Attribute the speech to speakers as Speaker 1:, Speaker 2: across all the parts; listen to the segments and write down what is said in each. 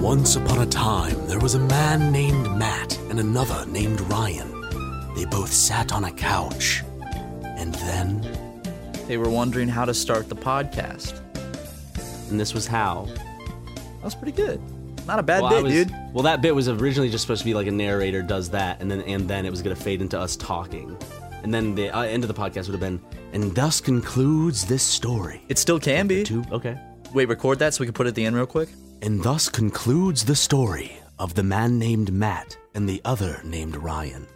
Speaker 1: Once upon a time, there was a man named Matt and another named Ryan. They both sat on a couch. And then,
Speaker 2: They were wondering how to start the podcast.
Speaker 3: and this was how.
Speaker 2: That was pretty good. Not a bad
Speaker 3: well, I
Speaker 2: bit,
Speaker 3: was-
Speaker 2: dude.
Speaker 3: Well, that bit was originally just supposed to be like a narrator does that, and then and then it was gonna fade into us talking, and then the uh, end of the podcast would have been, and thus concludes this story.
Speaker 2: It still can be.
Speaker 3: Two, okay.
Speaker 2: Wait, record that so we can put it at the end real quick.
Speaker 1: And thus concludes the story of the man named Matt and the other named Ryan.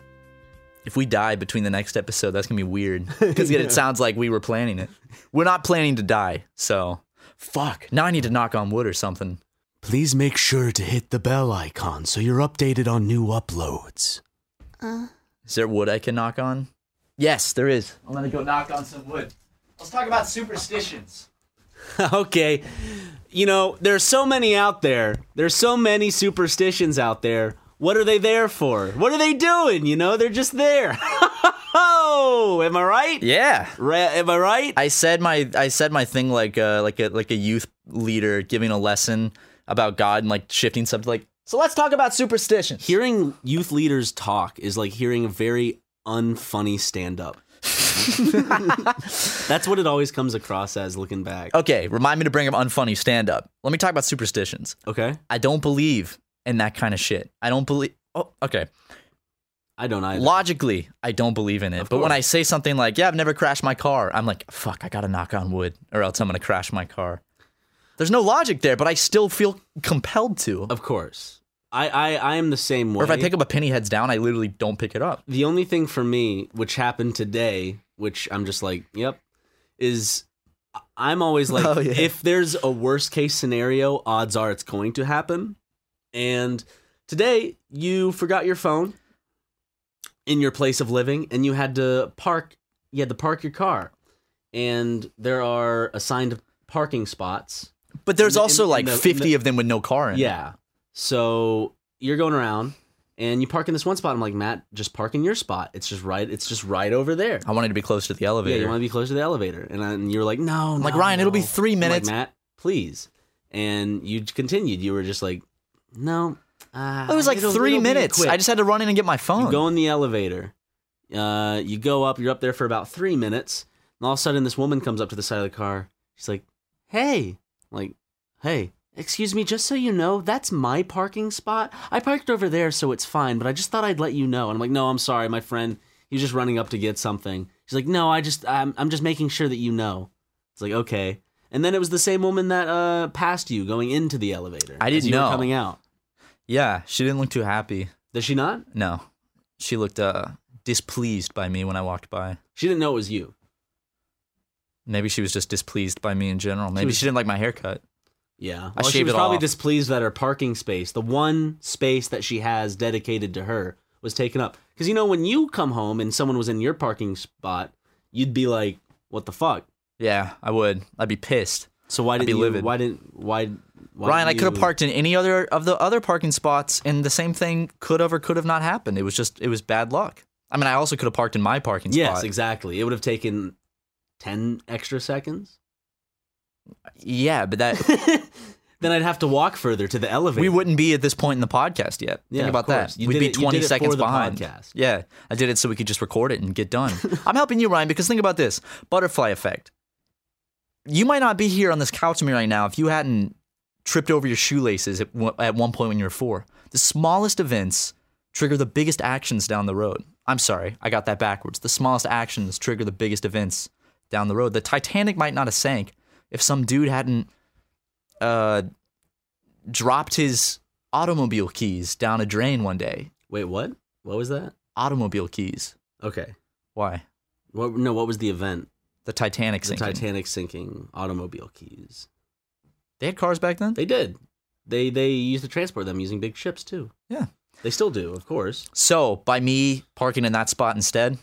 Speaker 2: If we die between the next episode, that's gonna be weird. Because it sounds like we were planning it. We're not planning to die, so
Speaker 1: Fuck.
Speaker 2: now I need to knock on wood or something.
Speaker 1: Please make sure to hit the bell icon so you're updated on new uploads.
Speaker 2: Is there wood I can knock on? Yes, there is. I'm gonna go knock on some wood. Let's talk about superstitions.
Speaker 3: okay. You know, there's so many out there. There's so many superstitions out there. What are they there for? What are they doing? You know, they're just there. oh, am I right?
Speaker 2: Yeah.
Speaker 3: Ra- am I right?
Speaker 2: I said my I said my thing like uh, like a like a youth leader giving a lesson about God and like shifting something like so let's talk about superstition.
Speaker 3: hearing youth leaders talk is like hearing a very unfunny stand up. That's what it always comes across as looking back.
Speaker 2: Okay, remind me to bring up unfunny stand up. Let me talk about superstitions.
Speaker 3: Okay.
Speaker 2: I don't believe in that kind of shit. I don't believe Oh, okay.
Speaker 3: I don't either.
Speaker 2: Logically, I don't believe in it.
Speaker 3: Of
Speaker 2: But when
Speaker 3: course.
Speaker 2: I say something like, "Yeah, I've never crashed my car," I'm like, "Fuck, I got to knock on wood or else I'm going to crash my car." There's no logic there, but I still feel compelled to.
Speaker 3: of course. I, I, I am the same way.
Speaker 2: Or if I pick up a penny heads down, I literally don't pick it up.
Speaker 3: the only thing for me, which happened today, which I'm just like, yep, is I- I'm always like,
Speaker 2: Oh, yeah.
Speaker 3: if there's a worst case scenario, odds are it's going to happen. And today you forgot your phone in your place of living and you had to park, you had to park your car. And there are assigned parking spots.
Speaker 2: But there's
Speaker 3: In the-
Speaker 2: also
Speaker 3: in- in
Speaker 2: like
Speaker 3: the- in
Speaker 2: 50
Speaker 3: the-
Speaker 2: of them with no car in. it.
Speaker 3: Yeah. So you're going around and you park in this one spot. I'm like, Matt, just park in your spot. It's just right. It's just right over there.
Speaker 2: I wanted to be close to the
Speaker 3: Yeah,
Speaker 2: elevator.
Speaker 3: you want to be close to the elevator, and, I, and you were like, "No,
Speaker 2: I'm
Speaker 3: no,
Speaker 2: like, "Ryan, it'll be
Speaker 3: no."
Speaker 2: three
Speaker 3: I'm like,
Speaker 2: minutes."
Speaker 3: Matt, please." And you continued. You were just like, "No." Uh,
Speaker 2: it was like
Speaker 3: it'll-
Speaker 2: 3
Speaker 3: it'll be
Speaker 2: minutes.
Speaker 3: quick."
Speaker 2: I just had to run in and get my
Speaker 3: you
Speaker 2: phone.
Speaker 3: go in the elevator. Uh, you go up. You're up there for about three minutes, and all of a sudden, this woman comes up to the side of the car. She's like, "Hey, I'm like, hey." Excuse me, just so you know, that's my parking spot. I parked over there, so it's fine, but I just thought I'd let you know. And I'm like, no, I'm sorry, my friend. He was just running up to get something. She's like, no, I just, I'm, I'm just making sure that you know. It's like, okay. And then it was the same woman that uh, passed you going into the elevator.
Speaker 2: I didn't
Speaker 3: as you were
Speaker 2: know.
Speaker 3: coming out.
Speaker 2: yeah, she didn't look too happy.
Speaker 3: Does she not?
Speaker 2: No. She looked uh displeased by me when I walked by.
Speaker 3: She didn't know it was you.
Speaker 2: Maybe she was just displeased by me in general. Maybe she,
Speaker 3: was-
Speaker 2: didn't like my haircut.
Speaker 3: Yeah.
Speaker 2: I
Speaker 3: Well, she
Speaker 2: shaved
Speaker 3: was
Speaker 2: it
Speaker 3: probably
Speaker 2: off.
Speaker 3: displeased that her parking space, the one space that she has dedicated to her, was taken up. Because, you know, when you come home and someone was in your parking spot, you'd be like, what the fuck?
Speaker 2: Yeah, I would. I'd be pissed.
Speaker 3: So why
Speaker 2: I'd be
Speaker 3: didn't you,
Speaker 2: livid.
Speaker 3: why didn't, why, why
Speaker 2: Ryan, I
Speaker 3: didn't
Speaker 2: could have
Speaker 3: you-
Speaker 2: parked in any other of the other parking spots, and the same thing could have or could have not happened. It was just, it was bad luck. I mean, I also could have parked in my parking
Speaker 3: Yes,
Speaker 2: spot.
Speaker 3: exactly. It would have taken 10 extra seconds.
Speaker 2: Yeah, but that
Speaker 3: Then I'd have to walk further to the elevator.
Speaker 2: we wouldn't be at this point in the podcast yet.
Speaker 3: Yeah,
Speaker 2: Think
Speaker 3: of
Speaker 2: about that.
Speaker 3: course. You
Speaker 2: We'd
Speaker 3: did
Speaker 2: be
Speaker 3: it- you
Speaker 2: 20
Speaker 3: did it for
Speaker 2: seconds
Speaker 3: the
Speaker 2: behind.
Speaker 3: podcast.
Speaker 2: Yeah, I did it so we could just record it and get done. I'm helping you, Ryan, because think about this butterfly effect. You might not be here on this couch with me right now if you hadn't tripped over your shoelaces at, one- at one point when you were four. The smallest events trigger the biggest actions down the road. I'm sorry, I got that backwards. The smallest actions trigger the biggest events down the road. The Titanic might not have sank if some dude hadn't uh, dropped his automobile keys down a drain one day.
Speaker 3: Wait, what? What was that?
Speaker 2: Automobile keys.
Speaker 3: Okay.
Speaker 2: Why?
Speaker 3: What, no, what was the event?
Speaker 2: The Titanic sinking.
Speaker 3: The Titanic sinking, automobile keys.
Speaker 2: They had cars back then.
Speaker 3: They did. They they used to transport them using big ships too.
Speaker 2: yeah.
Speaker 3: They still do, of course.
Speaker 2: So by me parking in that spot instead,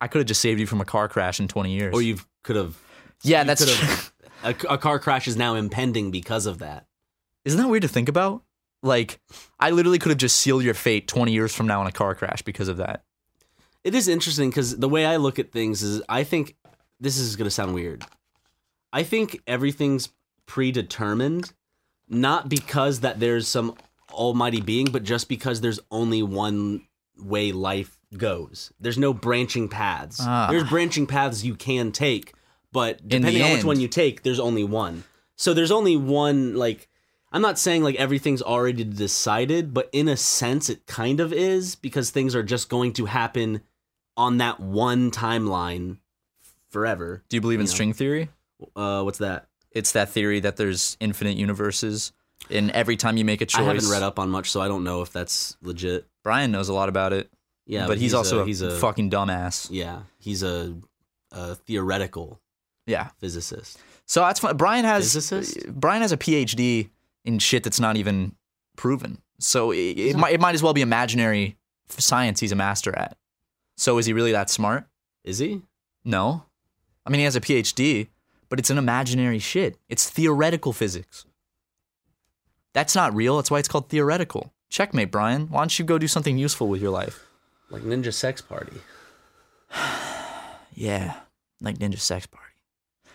Speaker 2: I could have just saved you from a car crash in 20 years.
Speaker 3: Or you could have.
Speaker 2: yeah,
Speaker 3: you
Speaker 2: that's.
Speaker 3: could have- A, a car crash is now impending because of that.
Speaker 2: Isn't that weird to think about? Like, I literally could have just sealed your fate 20 years from now in a car crash because of that.
Speaker 3: It is interesting because the way I look at things is I think this is going to sound weird. I think everything's predetermined, not because that there's some almighty being, but just because there's only one way life goes. There's no branching paths.
Speaker 2: Ah.
Speaker 3: There's branching paths you can take, but
Speaker 2: the
Speaker 3: depending on which
Speaker 2: end.
Speaker 3: one you take, there's only one. So there's only one like I'm not saying like everything's already decided, but in a sense it kind of is because things are just going to happen on that one timeline forever.
Speaker 2: Do you believe in
Speaker 3: Yeah.
Speaker 2: string theory?
Speaker 3: Uh what's that?
Speaker 2: It's that theory that there's infinite universes, and every time you make a choice,
Speaker 3: I haven't read up on much, so I don't know if that's legit.
Speaker 2: Brian knows a lot about it.
Speaker 3: Yeah,
Speaker 2: but, he's, also a,
Speaker 3: he's a
Speaker 2: fucking dumbass.
Speaker 3: yeah, he's a, a theoretical
Speaker 2: Yeah.
Speaker 3: physicist.
Speaker 2: So that's fun. Brian has
Speaker 3: Physicist?
Speaker 2: Brian has a PhD in shit that's not even proven. So it, it, might, it might as well be imaginary f- science he's a master at. So is he really that smart?
Speaker 3: Is he?
Speaker 2: No. I mean, he has a PhD, but it's an imaginary shit. It's theoretical physics. That's not real. That's why it's called theoretical. Checkmate, Brian. Why don't you go do something useful with your life?
Speaker 3: Like ninja sex party.
Speaker 2: Yeah, like Ninja Sex Party.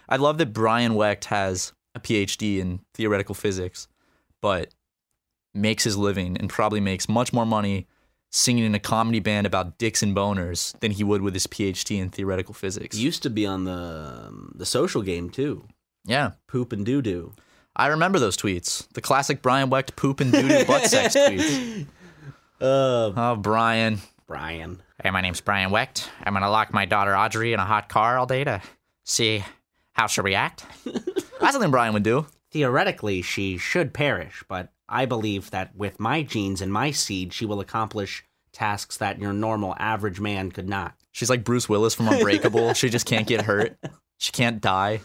Speaker 2: I love that Brian Wecht has a PhD in theoretical physics, but makes his living and probably makes much more money singing in a comedy band about dicks and boners than he would with his PhD in theoretical physics.
Speaker 3: He used to be on the um, the social game too.
Speaker 2: yeah.
Speaker 3: Poop and doo doo.
Speaker 2: I remember those tweets. The classic Brian Wecht poop and doo doo butt sex tweets.
Speaker 3: Uh,
Speaker 2: Oh, Brian.
Speaker 3: Brian.
Speaker 2: Hey, my name's Brian Wecht. I'm gonna lock my daughter Audrey in a hot car all day to see how she'll react. That's something Brian would do.
Speaker 3: Theoretically, she should perish, but I believe that with my genes and my seed, she will accomplish tasks that your normal average man could not.
Speaker 2: She's like Bruce Willis from Unbreakable. she just can't get hurt. She can't die.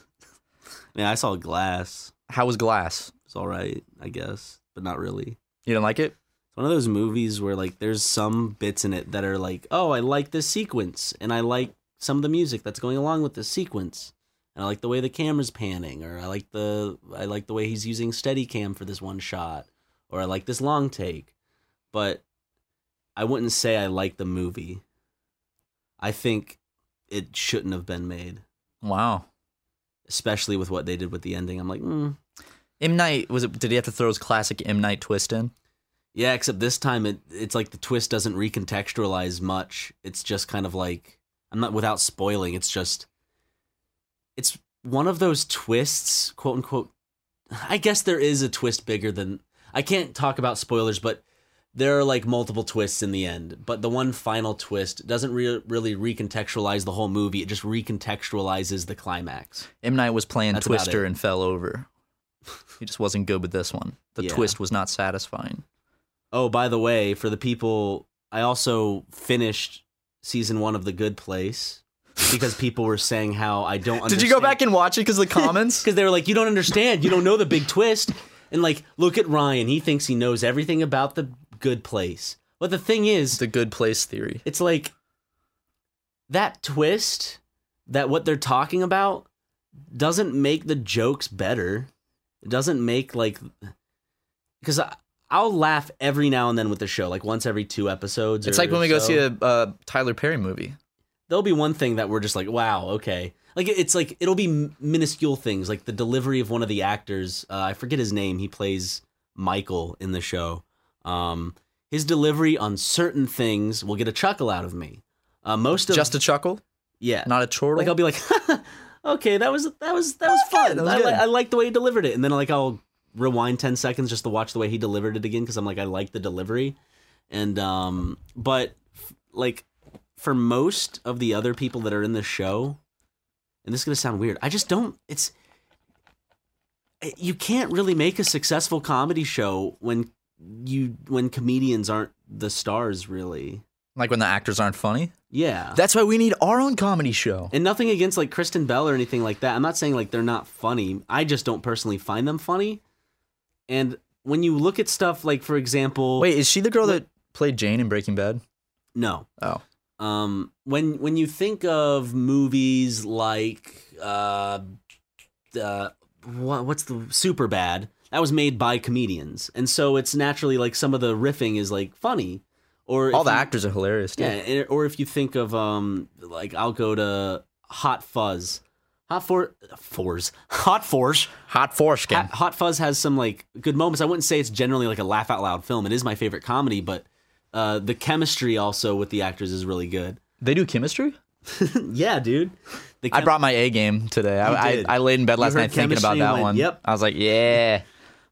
Speaker 3: Yeah, I saw Glass.
Speaker 2: How was Glass?
Speaker 3: It's all right, I guess, but not really.
Speaker 2: You didn't like it?
Speaker 3: It's one of those movies where like there's some bits in it that are like, oh, I like this sequence, and I like some of the music that's going along with this sequence, and I like the way the camera's panning, or I like the I like the way he's using Steadicam for this one shot, or I like this long take, but I wouldn't say I like the movie. I think it shouldn't have been made,
Speaker 2: Wow.
Speaker 3: especially with what they did with the ending. I'm like, mm.
Speaker 2: M Night was it? Did he have to throw his classic M Night twist in?
Speaker 3: Yeah, except this time it it's like the twist doesn't recontextualize much. It's just kind of like I'm not without spoiling. It's just it's one of those twists, quote unquote. I guess there is a twist bigger than I can't talk about spoilers, but there are like multiple twists in the end. But the one final twist doesn't re- really recontextualize the whole movie. It just recontextualizes the climax.
Speaker 2: M Night was playing
Speaker 3: That's about
Speaker 2: Twister
Speaker 3: it.
Speaker 2: and fell over. He just wasn't good with this one. The
Speaker 3: Yeah.
Speaker 2: twist was not satisfying.
Speaker 3: Oh, by the way, for the people, I also finished season one of The Good Place. because people were saying how I don't understand.
Speaker 2: Did you go back and watch it because of the comments?
Speaker 3: Because they were like, you don't understand. You don't know the big twist. And like, look at Ryan. He thinks he knows everything about the good place. But the thing is,
Speaker 2: the good place theory.
Speaker 3: it's like that twist that what they're talking about doesn't make the jokes better. It doesn't make like because I'll laugh every now and then with the show, like once every two episodes.
Speaker 2: It's
Speaker 3: or
Speaker 2: like when we go
Speaker 3: so.
Speaker 2: see a uh, Tyler Perry movie.
Speaker 3: There'll be one thing that we're just like, wow, okay. Like it- it's like it'll be m- minuscule things, like the delivery of one of the actors. Uh, I forget his name. He plays Michael in the show. Um, his delivery on certain things will get a chuckle out of me. Uh, most of
Speaker 2: Just a chuckle,
Speaker 3: yeah,
Speaker 2: not a chortle.
Speaker 3: like I'll be like, okay, that was that was that was fun.
Speaker 2: that was
Speaker 3: I,
Speaker 2: good.
Speaker 3: li- I like the way he delivered it, and then like I'll rewind ten seconds just to watch the way he delivered it again because I'm like I like the delivery, and um, but f- like for most of the other people that are in the show, and this is gonna sound weird, I just don't. It's eh, you can't really make a successful comedy show when you when comedians aren't the stars really.
Speaker 2: like when the actors aren't funny.
Speaker 3: Yeah.
Speaker 2: That's why we need our own comedy show.
Speaker 3: And nothing against like Kristen Bell or anything like that. I'm not saying like they're not funny. I just don't personally find them funny. And when you look at stuff like, for example,
Speaker 2: Wait, is she the girl that played Jane in Breaking Bad?
Speaker 3: no,
Speaker 2: Oh,
Speaker 3: um, when when you think of movies like uh, uh, what, what's the super bad that was made by comedians, and so it's naturally like some of the riffing is like funny, or
Speaker 2: all
Speaker 3: if
Speaker 2: the
Speaker 3: you-
Speaker 2: actors are hilarious. Dude.
Speaker 3: Yeah, and- or if you think of um, like I'll go to Hot Fuzz, Hot For Fours, Hot Force.
Speaker 2: hot foreskin.
Speaker 3: Hot, Hot Fuzz has some like good moments. I wouldn't say it's generally like a laugh out loud film. It is my favorite comedy, but uh, the chemistry also with the actors is really good.
Speaker 2: they do chemistry.
Speaker 3: yeah, dude. The
Speaker 2: I
Speaker 3: chem-
Speaker 2: brought my A game today. I,
Speaker 3: You
Speaker 2: I
Speaker 3: did.
Speaker 2: I laid in bed
Speaker 3: You
Speaker 2: last
Speaker 3: heard
Speaker 2: night thinking about
Speaker 3: chemistry
Speaker 2: that
Speaker 3: and went,
Speaker 2: one.
Speaker 3: "Yep."
Speaker 2: I was like, yeah.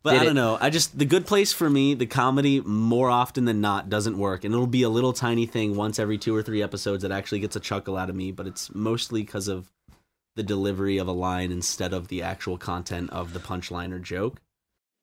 Speaker 3: But
Speaker 2: Did
Speaker 3: I
Speaker 2: it.
Speaker 3: don't know. I just the good place for me, the comedy more often than not doesn't work, and it'll be a little tiny thing once every two or three episodes that actually gets a chuckle out of me. But it's mostly because of the delivery of a line instead of the actual content of the punchline or joke.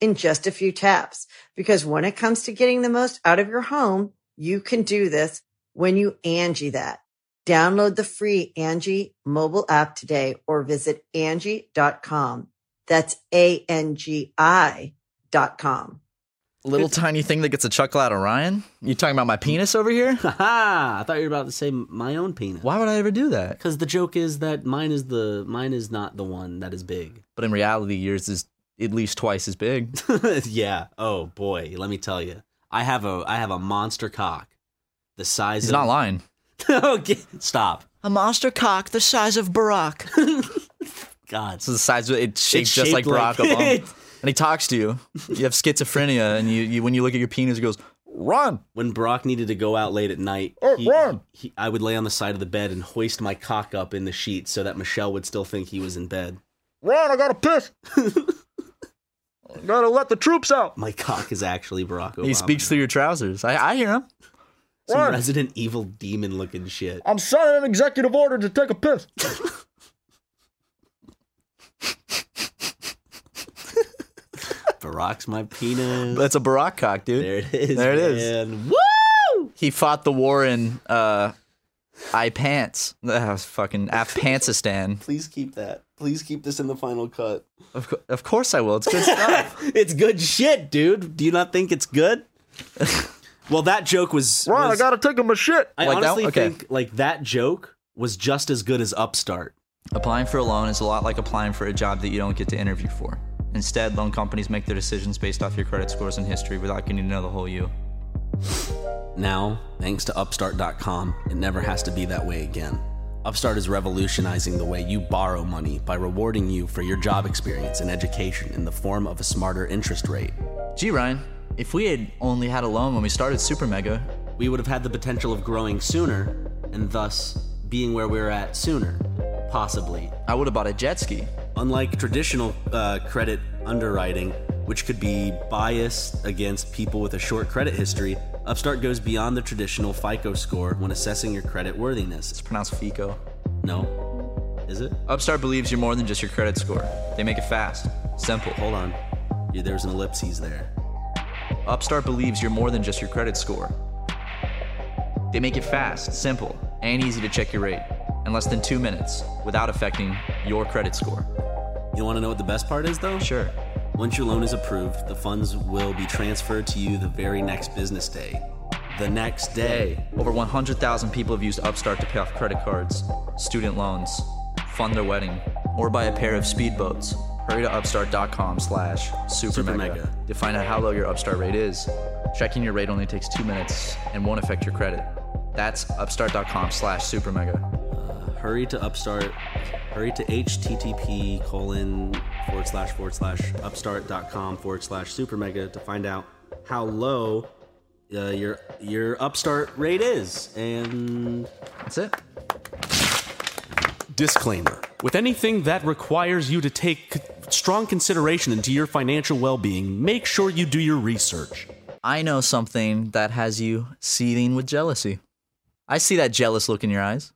Speaker 4: in just a few taps. Because when it comes to getting the most out of your home, you can do this when you Angie that. Download the free Angie mobile app today or visit Angie.com. That's A-N-G-I dot com.
Speaker 2: Little tiny thing that gets a chuckle out of Ryan. You talking about my penis over here?
Speaker 3: Haha! I thought you were about to say my own penis.
Speaker 2: Why would I ever do that?
Speaker 3: Because the joke is that mine is the mine is not the one that is big.
Speaker 2: But in reality, yours is at least twice as big.
Speaker 3: yeah. Oh boy, let me tell you, I have a I have a monster cock, the size.
Speaker 2: He's
Speaker 3: of,
Speaker 2: not lying.
Speaker 3: okay, stop.
Speaker 2: A monster cock the size of Barack.
Speaker 3: God,
Speaker 2: So the size of it's shaped,
Speaker 3: It's
Speaker 2: just like
Speaker 3: shaped
Speaker 2: Barack
Speaker 3: like-
Speaker 2: Obama. and he talks to you. You have schizophrenia, and you, you when you look at your penis, it goes, "Run!"
Speaker 3: when Brock needed to go out late at night,
Speaker 2: Oh,
Speaker 3: he,
Speaker 2: Ron.
Speaker 3: he- I would lay on the side of the bed and hoist my cock up in the sheet so that Michelle would still think he was in bed.
Speaker 2: Run! I gotta piss. gotta let the troops out.
Speaker 3: My cock is actually Barack Obama.
Speaker 2: He speaks through your trousers. I, I hear him.
Speaker 3: some
Speaker 2: Ron.
Speaker 3: Resident Evil demon looking shit.
Speaker 2: I'm signing an executive order to take a piss.
Speaker 3: Barack's my penis.
Speaker 2: That's a Barack cock, dude.
Speaker 3: there it is.
Speaker 2: There it is.
Speaker 3: man. Woo!
Speaker 2: He fought the war in uh, I pants. That was fucking Afghanistan.
Speaker 3: Please keep that. Please keep this in the final cut.
Speaker 2: Of, cou- of course I will. It's good stuff.
Speaker 3: it's good shit, dude. Do you not think it's good? well, that joke was. was-
Speaker 2: gotta take him a shit.
Speaker 3: I
Speaker 2: like that
Speaker 3: honestly
Speaker 2: one? Okay.
Speaker 3: think like that joke was just as good as Upstart.
Speaker 2: Applying for a loan is a lot like applying for a job that you don't get to interview for. Instead, loan companies make their decisions based off your credit scores and history without getting to know the whole you.
Speaker 3: Now, thanks to Upstart.com, it never has to be that way again. Upstart is revolutionizing the way you borrow money by rewarding you for your job experience and education in the form of a smarter interest rate.
Speaker 2: Gee, Ryan, if we had only had a loan when we started Super Mega,
Speaker 3: We would have had the potential of growing sooner, and thus being where we're at sooner, possibly.
Speaker 2: I would have bought a jet ski.
Speaker 3: Unlike traditional uh, credit underwriting, which could be biased against people with a short credit history, Upstart goes beyond the traditional FICO score when assessing your credit worthiness.
Speaker 2: It's pronounced FICO.
Speaker 3: No? Is it?
Speaker 2: Upstart believes you're more than just your credit score. They make it fast, simple.
Speaker 3: Hold on. Yeah, there was an ellipses there.
Speaker 2: Upstart believes you're more than just your credit score. They make it fast, simple, and easy to check your rate in less than two minutes without affecting your credit score.
Speaker 3: You want to know what the best part is, though?
Speaker 2: Sure.
Speaker 3: Once your loan is approved, the funds will be transferred to you the very next business day. The next day.
Speaker 2: Over 100,000 people have used Upstart to pay off credit cards, student loans, fund their wedding, or buy a pair of speedboats. Hurry to upstart.com slash super mega
Speaker 3: Supermega.
Speaker 2: to find out how low your Upstart rate is. Checking your rate only takes two minutes and won't affect your credit. That's upstart.com slash super mega.
Speaker 3: Hurry to Upstart. Hurry to http colon forward slash forward slash upstart.com forward slash super mega to find out how low uh, your your Upstart rate is. And
Speaker 2: That's it.
Speaker 3: Disclaimer With anything that requires you to take c- strong consideration into your financial well being, make sure you do your research.
Speaker 2: I know something that has you seething with jealousy. I see that jealous look in your eyes.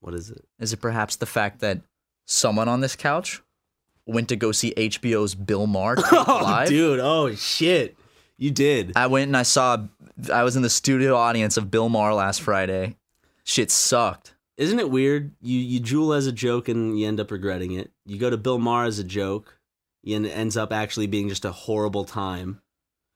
Speaker 3: What is it?
Speaker 2: Is it perhaps the fact that someone on this couch went to go see HBO's Bill Maher take live?
Speaker 3: Oh, Dude, oh shit. You did.
Speaker 2: I went and I saw. I was in the studio audience of Bill Maher last Friday. Shit sucked.
Speaker 3: Isn't it weird? You you jewel as a joke and you end up regretting it. You go to Bill Maher as a joke, and it ends up actually being just a horrible time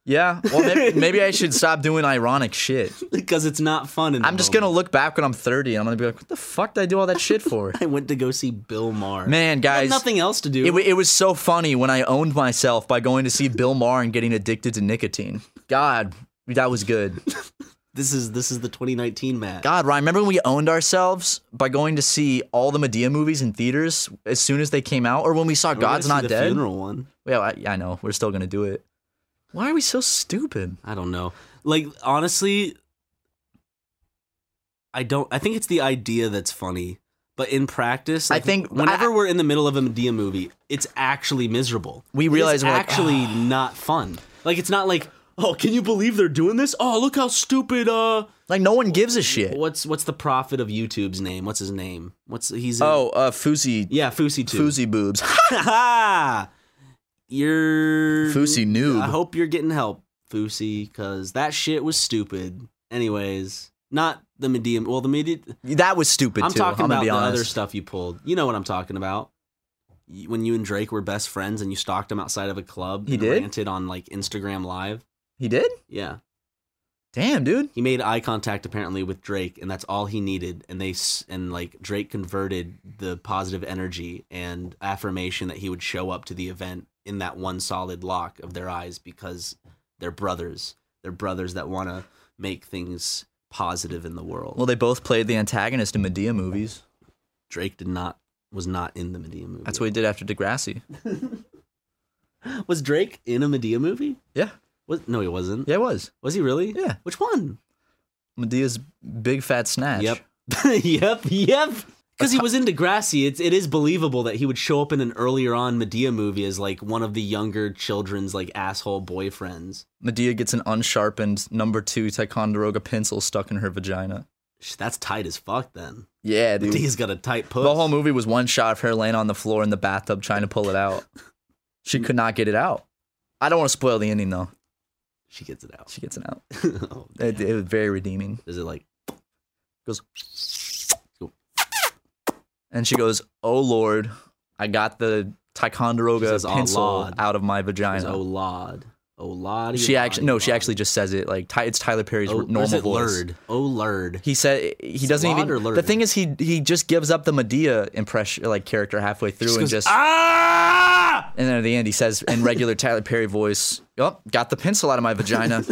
Speaker 2: Yeah. Well, maybe, maybe I should stop doing ironic shit.
Speaker 3: because it's not fun. In the
Speaker 2: I'm just gonna
Speaker 3: moment.
Speaker 2: look back when I'm 30 and I'm gonna be like, what the fuck did I do all that shit for?
Speaker 3: I went to go see Bill Maher.
Speaker 2: Man,
Speaker 3: I had
Speaker 2: guys,
Speaker 3: nothing else to do.
Speaker 2: It, wa- it was so funny when I owned myself by going to see Bill Maher and getting addicted to nicotine. God, that was good.
Speaker 3: this is this is the 2019 Matt.
Speaker 2: God, Ryan, remember when we owned ourselves by going to see all the Medea movies in theaters as soon as they came out, or when we saw
Speaker 3: We're gonna
Speaker 2: God's
Speaker 3: see
Speaker 2: Not
Speaker 3: the
Speaker 2: Dead?
Speaker 3: Funeral one.
Speaker 2: Yeah, I, I know. We're still gonna do it. Why are we so stupid?
Speaker 3: I don't know. Like honestly, I don't. I think it's the idea that's funny, but in practice,
Speaker 2: I
Speaker 3: like,
Speaker 2: think-
Speaker 3: whenever
Speaker 2: I-
Speaker 3: we're in the middle of a Medea movie, it's actually miserable.
Speaker 2: We
Speaker 3: It is
Speaker 2: realize we're like, "Ah."
Speaker 3: actually not fun. Like it's not like oh, can you believe they're doing this? Oh, look how stupid. Uh,
Speaker 2: Like no one gives a shit.
Speaker 3: what's what's the prophet of YouTube's name? What's his name? What's he's in-
Speaker 2: Oh, uh, Fousey,
Speaker 3: yeah, Fousey too.
Speaker 2: Fousey boobs,
Speaker 3: Ha You're
Speaker 2: Fousey noob.
Speaker 3: I hope you're getting help, Fousey, because that shit was stupid. Anyways, not the Medea. Well, the Medea.
Speaker 2: that was stupid
Speaker 3: I'm
Speaker 2: too.
Speaker 3: talking
Speaker 2: I'm gonna
Speaker 3: about
Speaker 2: be
Speaker 3: the
Speaker 2: honest.
Speaker 3: other stuff you pulled. You know what I'm talking about. You- When you and Drake were best friends and you stalked him outside of a club,
Speaker 2: He
Speaker 3: and
Speaker 2: did?
Speaker 3: ranted on like Instagram Live.
Speaker 2: He did?
Speaker 3: Yeah,
Speaker 2: Damn, dude.
Speaker 3: he made eye contact apparently with Drake, and that's all he needed. And they s- and like Drake converted the positive energy and affirmation that he would show up to the event in that one solid lock of their eyes because they're brothers. They're brothers that want to make things positive in the world.
Speaker 2: Well, they both played the antagonist in Medea movies.
Speaker 3: Drake did not was not in the Medea movie.
Speaker 2: That's what he did after Degrassi.
Speaker 3: was Drake in a Medea movie?
Speaker 2: Yeah,
Speaker 3: Was no, he wasn't.
Speaker 2: yeah, it was.
Speaker 3: Was he really?
Speaker 2: Yeah.
Speaker 3: Which one?
Speaker 2: Medea's big fat snatch.
Speaker 3: Yep. yep. Yep. Because he was in Degrassi, it's it is believable that he would show up in an earlier on Medea movie as like one of the younger children's like asshole boyfriends.
Speaker 2: Medea gets an unsharpened number two Ticonderoga pencil stuck in her vagina.
Speaker 3: Sh- That's tight as fuck. Then
Speaker 2: Yeah, dude.
Speaker 3: Medea's got a tight puss.
Speaker 2: Mm. The whole movie was one shot of her laying on the floor in the bathtub trying to pull it out. She could not get it out. I don't want to spoil the ending though.
Speaker 3: she gets it out.
Speaker 2: She gets it out.
Speaker 3: oh,
Speaker 2: It, it was very redeeming.
Speaker 3: is it like
Speaker 2: Goes, and she goes, "Oh Lord, I got the Ticonderoga
Speaker 3: She says, "Oh,
Speaker 2: pencil
Speaker 3: Lord."
Speaker 2: out of my
Speaker 3: is
Speaker 2: vagina."
Speaker 3: oh lord? Oh, lottie.
Speaker 2: She actually
Speaker 3: lottie,
Speaker 2: no, she
Speaker 3: lottie.
Speaker 2: actually just says it like Ty- it's Tyler Perry's
Speaker 3: Oh,
Speaker 2: r-
Speaker 3: or is
Speaker 2: normal
Speaker 3: it
Speaker 2: voice.
Speaker 3: Lurd? Oh, Lurd.
Speaker 2: He said he doesn't
Speaker 3: Lord
Speaker 2: even.
Speaker 3: or Lurd?
Speaker 2: The thing is, he he just gives up the Medea impression, like character halfway through, and
Speaker 3: goes,
Speaker 2: just
Speaker 3: Ah!
Speaker 2: and then at the end he says in regular Tyler Perry voice, "Oh, got the pencil out of my vagina."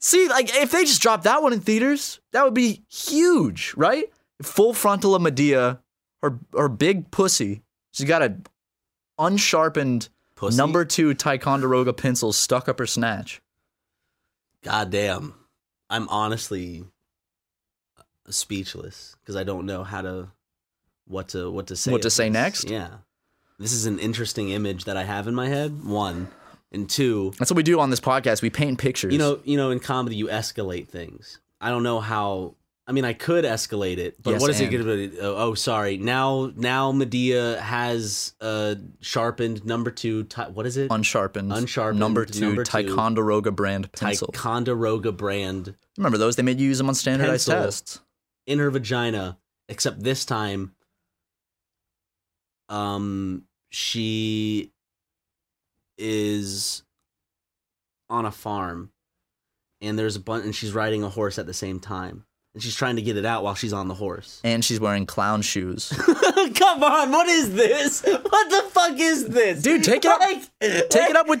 Speaker 2: See, like if they just dropped that one in theaters, that would be huge, right? Full frontal of Medea, her her big pussy. She's got a unsharpened
Speaker 3: Pussy?
Speaker 2: number two Ticonderoga pencil stuck up her snatch.
Speaker 3: God damn. I'm honestly speechless because I don't know how to what to what to say.
Speaker 2: What to
Speaker 3: at
Speaker 2: say
Speaker 3: this.
Speaker 2: next?
Speaker 3: Yeah. This is an interesting image that I have in my head. One. And two,
Speaker 2: That's what we do on this podcast. We paint pictures.
Speaker 3: you know, you know, in comedy you escalate things. I don't know how I mean I could escalate it, but
Speaker 2: Yes,
Speaker 3: what is it
Speaker 2: and.
Speaker 3: gonna be oh, oh sorry. Now now Medea has uh sharpened number two ti- what is it?
Speaker 2: unsharpened,
Speaker 3: Unsharpened,
Speaker 2: number two
Speaker 3: number two,
Speaker 2: Ticonderoga brand pencil.
Speaker 3: Ticonderoga brand
Speaker 2: Remember those? They made you use them on standardized
Speaker 3: Pencil.
Speaker 2: tests.
Speaker 3: in her vagina, except this time, um, she is on a farm, and there's a bunch, and she's riding a horse at the same time, and she's trying to get it out while she's on the horse.
Speaker 2: And she's wearing clown shoes.
Speaker 3: Come on, what is this? What the fuck is this,
Speaker 2: Dude, take it up- Take it up with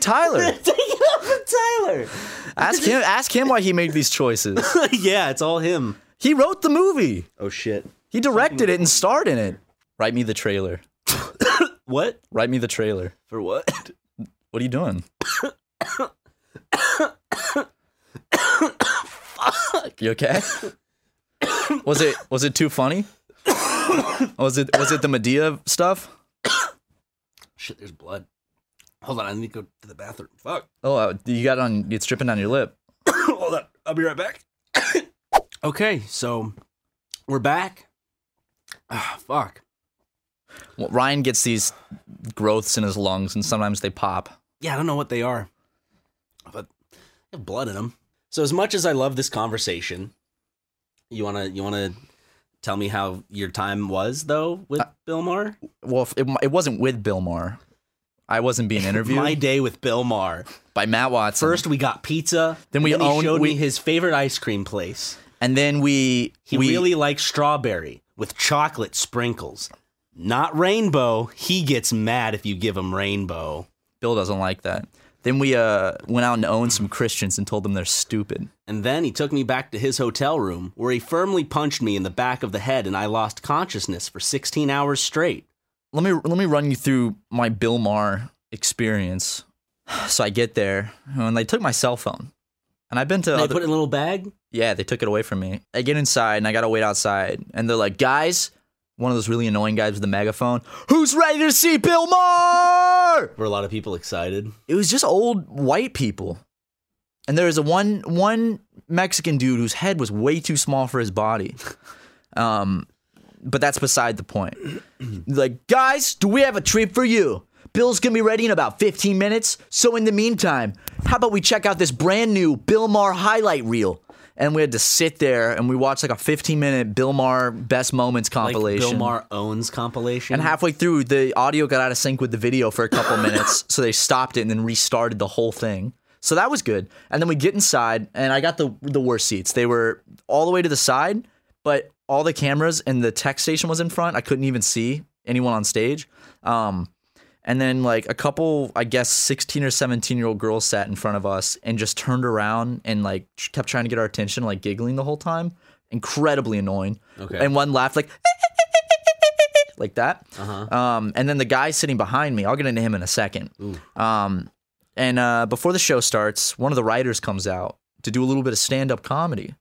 Speaker 2: Tyler.
Speaker 3: Take it up with
Speaker 2: Ask him. Ask him why he made these choices.
Speaker 3: Tyler. yeah, it's all him.
Speaker 2: He wrote the movie.
Speaker 3: Oh shit.
Speaker 2: He directed it and starred in it. Write me the trailer.
Speaker 3: What?
Speaker 2: Write me the trailer.
Speaker 3: For what?
Speaker 2: What are you doing? You okay? Was it was it too funny? Was it was it the Medea stuff?
Speaker 3: Shit, there's blood. Hold on, I need to go to the bathroom. Fuck.
Speaker 2: Oh, uh, you got on. It's dripping down your lip.
Speaker 3: Hold on, I'll be right back. okay, so we're back. Ah, fuck.
Speaker 2: Well, Ryan gets these growths in his lungs, and sometimes they pop.
Speaker 3: Yeah, I don't know what they are, but they have blood in them. So as much as I love this conversation, you wanna you wanna tell me how your time was though with
Speaker 2: Uh,
Speaker 3: Bill Maher?
Speaker 2: Well, if- it, it wasn't with Bill Maher. I wasn't being interviewed
Speaker 3: My day with Bill Maher.
Speaker 2: by Matt Watson.
Speaker 3: First we got pizza.
Speaker 2: Then we
Speaker 3: and he
Speaker 2: owned-
Speaker 3: showed
Speaker 2: we-
Speaker 3: me his favorite ice cream place.
Speaker 2: and then we
Speaker 3: He
Speaker 2: we
Speaker 3: really likes strawberry with chocolate sprinkles. Not rainbow. He gets mad if you give him rainbow.
Speaker 2: Bill doesn't like that. Then we uh, went out and owned some Christians and told them they're stupid.
Speaker 3: And then he took me back to his hotel room where he firmly punched me in the back of the head and I lost consciousness for 16 hours straight.
Speaker 2: let me let me run you through my Bill Maher experience. So I get there and they took my cell phone, and I've been to
Speaker 3: And
Speaker 2: other,
Speaker 3: they put it in a little bag.
Speaker 2: yeah they took it away from me. I get inside and I gotta wait outside, and they're like, guys, one of those really annoying guys with a megaphone, who's ready to see Bill Maher?
Speaker 3: Were a lot of people excited?
Speaker 2: It was just old white people, and there was a one one Mexican dude whose head was way too small for his body. Um, but that's beside the point. like, guys, do we have a treat for you? Bill's gonna be ready in about 15 minutes. So in the meantime, how about we check out this brand new Bill Maher highlight reel? And we had to sit there and we watched like a 15 minute Bill Maher best moments
Speaker 3: Like
Speaker 2: compilation.
Speaker 3: Bill Maher owns compilation.
Speaker 2: And halfway through, the audio got out of sync with the video for a couple minutes, so they stopped it and then restarted the whole thing. So that was good. And then we get inside, and I got the the worst seats. They were all the way to the side, but all the cameras and the tech station was in front. I couldn't even see anyone on stage. Um, and then like a couple, I guess sixteen or seventeen year old girls sat in front of us and just turned around and like kept trying to get our attention, like giggling the whole time. Incredibly annoying.
Speaker 3: Okay.
Speaker 2: And one laughed like like that.
Speaker 3: Uh-huh.
Speaker 2: Um, and then the guy sitting behind me, I'll get into him in a second. Um, and uh, before the show starts, one of the writers comes out to do a little bit of stand up comedy.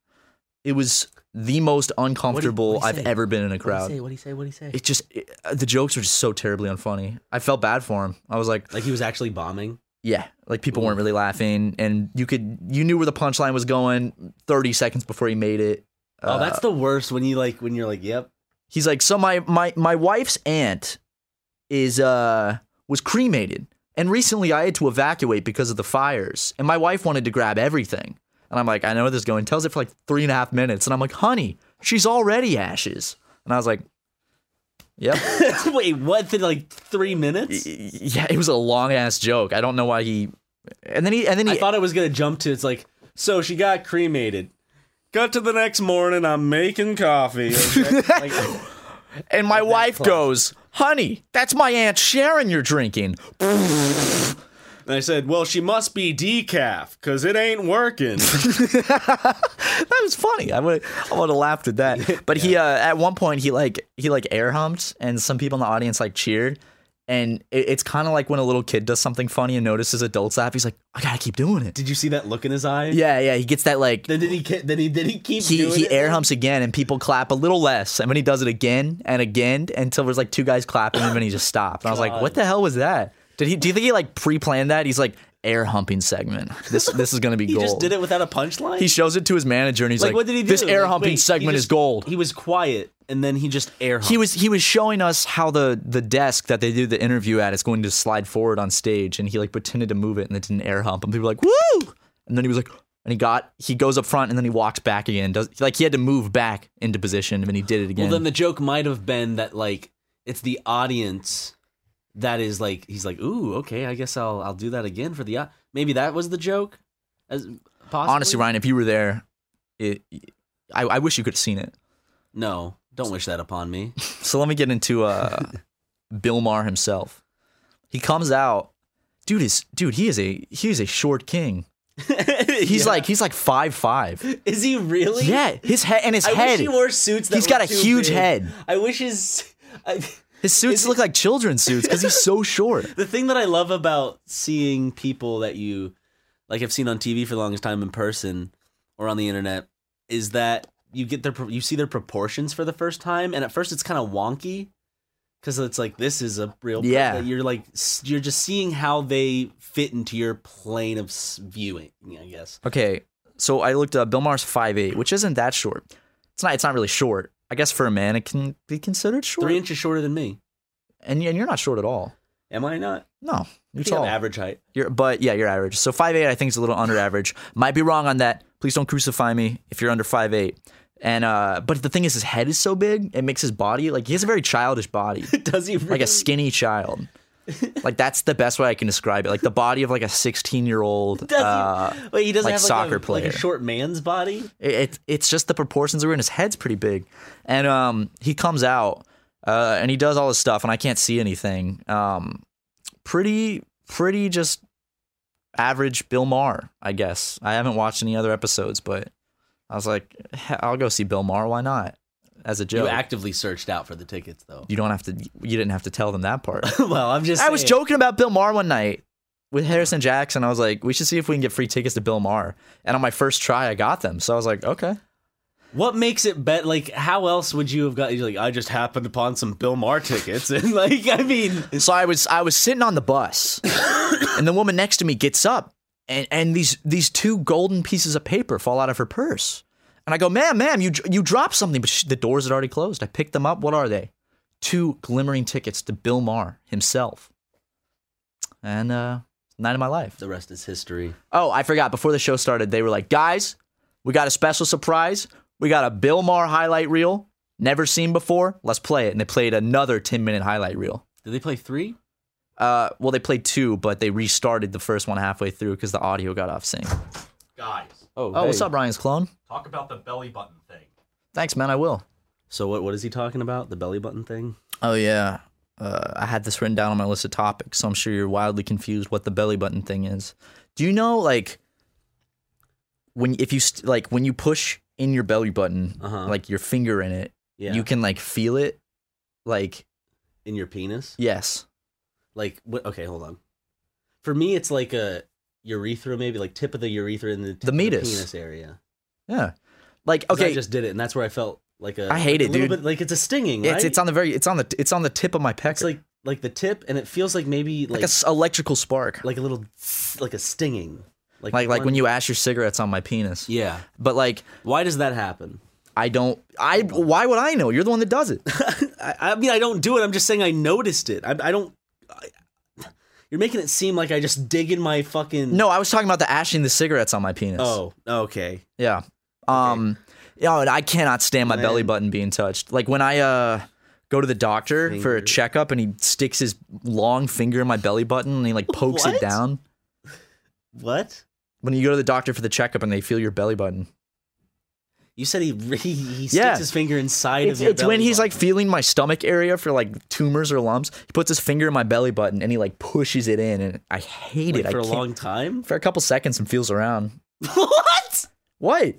Speaker 2: It was the most uncomfortable
Speaker 3: what'd he
Speaker 2: I've
Speaker 3: say?
Speaker 2: ever been in a
Speaker 3: What'd he say?
Speaker 2: crowd.
Speaker 3: What'd he say? What'd he say?
Speaker 2: It just, it, uh, the jokes were just so terribly unfunny. I felt bad for him. I was like,
Speaker 3: like he was actually bombing.
Speaker 2: yeah, like people weren't really laughing. And you could, you knew where the punchline was going 30 seconds before he made it. Uh,
Speaker 3: oh, that's the worst when you like when you're like, yep.
Speaker 2: He's like, so my my my wife's aunt is uh was cremated, and recently I had to evacuate because of the fires, and my wife wanted to grab everything, and I'm like, I know where this is going. Tells it for like three and a half minutes, and I'm like, honey, she's already ashes, and I was like, yep,
Speaker 3: Wait, what? For like three minutes?
Speaker 2: yeah, it was a long ass joke. I don't know why he And then he and then
Speaker 3: I
Speaker 2: he
Speaker 3: thought I was gonna jump to it's like so she got cremated. Cut to the next morning. I'm making coffee. okay? like,
Speaker 2: and my wife goes, "Honey, that's my aunt Sharon you're drinking."
Speaker 3: and I said, "Well, she must be decaf because it ain't working."
Speaker 2: that was funny. I would I would have laughed at that. But he uh, at one point he like he like air humped and some people in the audience like cheered. And it, it's kind of like when a little kid does something funny and notices adults laugh. He's like, I gotta keep doing it.
Speaker 3: Did you see that look in his eye?
Speaker 2: Yeah, yeah. He gets that like
Speaker 3: Then did he? ke- Then he? Did he keep?
Speaker 2: he
Speaker 3: doing
Speaker 2: he
Speaker 3: it?
Speaker 2: air humps again and people clap a little less. And when he does it again and again until there's like two guys clapping and then he just stopped. And I was like, what the hell was that? Did he? Do you think he like pre-planned that? He's like air humping segment. This this is gonna be
Speaker 3: He
Speaker 2: gold.
Speaker 3: just did it without a punchline.
Speaker 2: He shows it to his manager and he's like,
Speaker 3: like, what did he do?
Speaker 2: This air
Speaker 3: Like,
Speaker 2: humping
Speaker 3: wait, he
Speaker 2: segment is
Speaker 3: just-
Speaker 2: gold.
Speaker 3: He was quiet, and then he just air humped.
Speaker 2: He was he was showing us how the the desk that they do the interview at is going to slide forward on stage, and he like pretended to move it, and it didn't air hump, and people were like woo, and then he was like, and he got he goes up front, and then he walks back again, does like he had to move back into position, and then he did it again.
Speaker 3: Well, then the joke might have been that like it's the audience that is like he's like, ooh, okay, I guess I'll I'll do that again for the au-" maybe that was the joke. As possibly?
Speaker 2: Honestly, Ryan, if you were there, it, I I wish you could have seen it.
Speaker 3: No, don't wish that upon me.
Speaker 2: So let me get into uh, Bill Maher himself. He comes out, dude is dude he is a he is a short king. He's like he's like five five.
Speaker 3: is he really?
Speaker 2: Yeah, his head and his
Speaker 3: I
Speaker 2: head.
Speaker 3: wish he wore suits. That
Speaker 2: He's
Speaker 3: were
Speaker 2: got a
Speaker 3: too
Speaker 2: huge
Speaker 3: big.
Speaker 2: head.
Speaker 3: I wish his. I,
Speaker 2: His suits look like children's suits because he's so short.
Speaker 3: the thing that I love about seeing people that you like have seen on TV for the longest time in person or on the internet is that you get their you see their proportions for the first time, and at first it's kind of wonky because it's like this is a real
Speaker 2: Yeah.
Speaker 3: that You're like s- you're just seeing how they fit into your plane of s- viewing, I guess.
Speaker 2: Okay, so I looked up Bill Maher's five eight, which isn't that short. It's not. It's not really short. I guess for a man, it can be considered short.
Speaker 3: Three inches shorter than me.
Speaker 2: and, and you're not short at all.
Speaker 3: Am I not?
Speaker 2: No, you're
Speaker 3: I think I'm
Speaker 2: tall.
Speaker 3: average height.
Speaker 2: You're, but yeah, you're average. So 5'8", I think is a little under average. Might be wrong on that. Please don't crucify me if you're under 5'8". And uh, but the thing is, his head is so big, it makes his body like he has a very childish body,
Speaker 3: Does he really?
Speaker 2: like a skinny child. Like that's the best way I can describe it. Like the body of like a 16 year old.
Speaker 3: Does he-
Speaker 2: Uh,
Speaker 3: wait, he doesn't
Speaker 2: like
Speaker 3: have like
Speaker 2: soccer
Speaker 3: a, like
Speaker 2: player.
Speaker 3: a short man's body.
Speaker 2: it, it- it's just the proportions are in his head's pretty big, and um, he comes out uh, and he does all this stuff, and I can't see anything. Um, pretty, pretty, just average Bill Maher, I guess. I haven't watched any other episodes, but I was like, "Heh, I'll go see Bill Maher. Why not? As a joke,
Speaker 3: You actively searched out for the tickets though.
Speaker 2: you don't have to. You didn't have to tell them that part.
Speaker 3: well, I'm just.
Speaker 2: I was
Speaker 3: saying.
Speaker 2: joking about Bill Maher one night with Harrison Jackson. I was like, we should see if we can get free tickets to Bill Maher. And on my first try, I got them. So I was like, okay.
Speaker 3: What makes it bet? Like, how else would you have got? You're like, I just happened upon some Bill Maher tickets, and like, I mean,
Speaker 2: So I was I was sitting on the bus, and the woman next to me gets up, and, and these these two golden pieces of paper fall out of her purse, and I go, "Ma'am, ma'am, you you dropped something," but sh the doors had already closed. I picked them up. What are they? Two glimmering tickets to Bill Maher himself, and uh, night of my life.
Speaker 3: the rest is history.
Speaker 2: Oh, I forgot. Before the show started, they were like, "Guys, we got a special surprise. We got a Bill Maher highlight reel." Never seen before. Let's play it. And they played another 10 minute highlight reel.
Speaker 3: Did they play three?
Speaker 2: Uh, well, they played two, but they restarted the first one halfway through because the audio got off sync.
Speaker 5: Guys,
Speaker 2: Oh, what's up, Ryan's clone?
Speaker 5: talk about the belly button thing.
Speaker 2: Thanks, man. I will.
Speaker 3: So what? What is he talking about? The belly button thing?
Speaker 2: Oh yeah, uh, I had this written down on my list of topics, so I'm sure you're wildly confused what the belly button thing is. Do you know like when if you st- like when you push in your belly button,
Speaker 3: Uh-huh.
Speaker 2: like your finger in it,
Speaker 3: Yeah.
Speaker 2: you can like feel it. Like
Speaker 3: in your penis?
Speaker 2: yes,
Speaker 3: Like what? Okay, hold on. For me, it's like a urethra, maybe like tip of the urethra in the, tip of
Speaker 2: meatus.
Speaker 3: penis area.
Speaker 2: yeah. Like
Speaker 3: 'Cause
Speaker 2: okay,
Speaker 3: I just did it, and that's where I felt like a.
Speaker 2: I hate
Speaker 3: a
Speaker 2: it,
Speaker 3: little
Speaker 2: dude.
Speaker 3: Bit, like it's a stinging.
Speaker 2: it's
Speaker 3: right?
Speaker 2: it's on the very it's on the it's on the tip of my pecker.
Speaker 3: It's like like the tip, and it feels like maybe
Speaker 2: like
Speaker 3: like
Speaker 2: a s- electrical spark.
Speaker 3: like a little like a stinging
Speaker 2: like like
Speaker 3: one-
Speaker 2: when you ash your cigarettes on my penis.
Speaker 3: yeah
Speaker 2: But like
Speaker 3: why does that happen
Speaker 2: I don't I why would I know? You're the one that does it.
Speaker 3: I, I mean i don't do it i'm just saying i noticed it i, I don't I, you're making it seem like i just dig in my fucking
Speaker 2: No, I was talking about the ashing the cigarettes on my penis.
Speaker 3: oh okay
Speaker 2: Yeah. Um oh, and I cannot stand my
Speaker 3: Man.
Speaker 2: belly button being touched. Like when I uh go to the doctor for a
Speaker 3: Finger.
Speaker 2: checkup and he sticks his long finger in my belly button and he like pokes it
Speaker 3: What?
Speaker 2: down.
Speaker 3: What?
Speaker 2: When you go to the doctor for the checkup and they feel your belly button.
Speaker 3: You said he re- he sticks
Speaker 2: Yeah.
Speaker 3: his finger inside
Speaker 2: It's,
Speaker 3: of your
Speaker 2: it's when
Speaker 3: belly
Speaker 2: he's like
Speaker 3: button.
Speaker 2: feeling my stomach area for like tumors or lumps. He puts his finger in my belly button and he like pushes it in, and I hate
Speaker 3: Like,
Speaker 2: it.
Speaker 3: for
Speaker 2: I
Speaker 3: a
Speaker 2: can't,
Speaker 3: long time.
Speaker 2: for a couple seconds and feels around.
Speaker 3: what?
Speaker 2: What?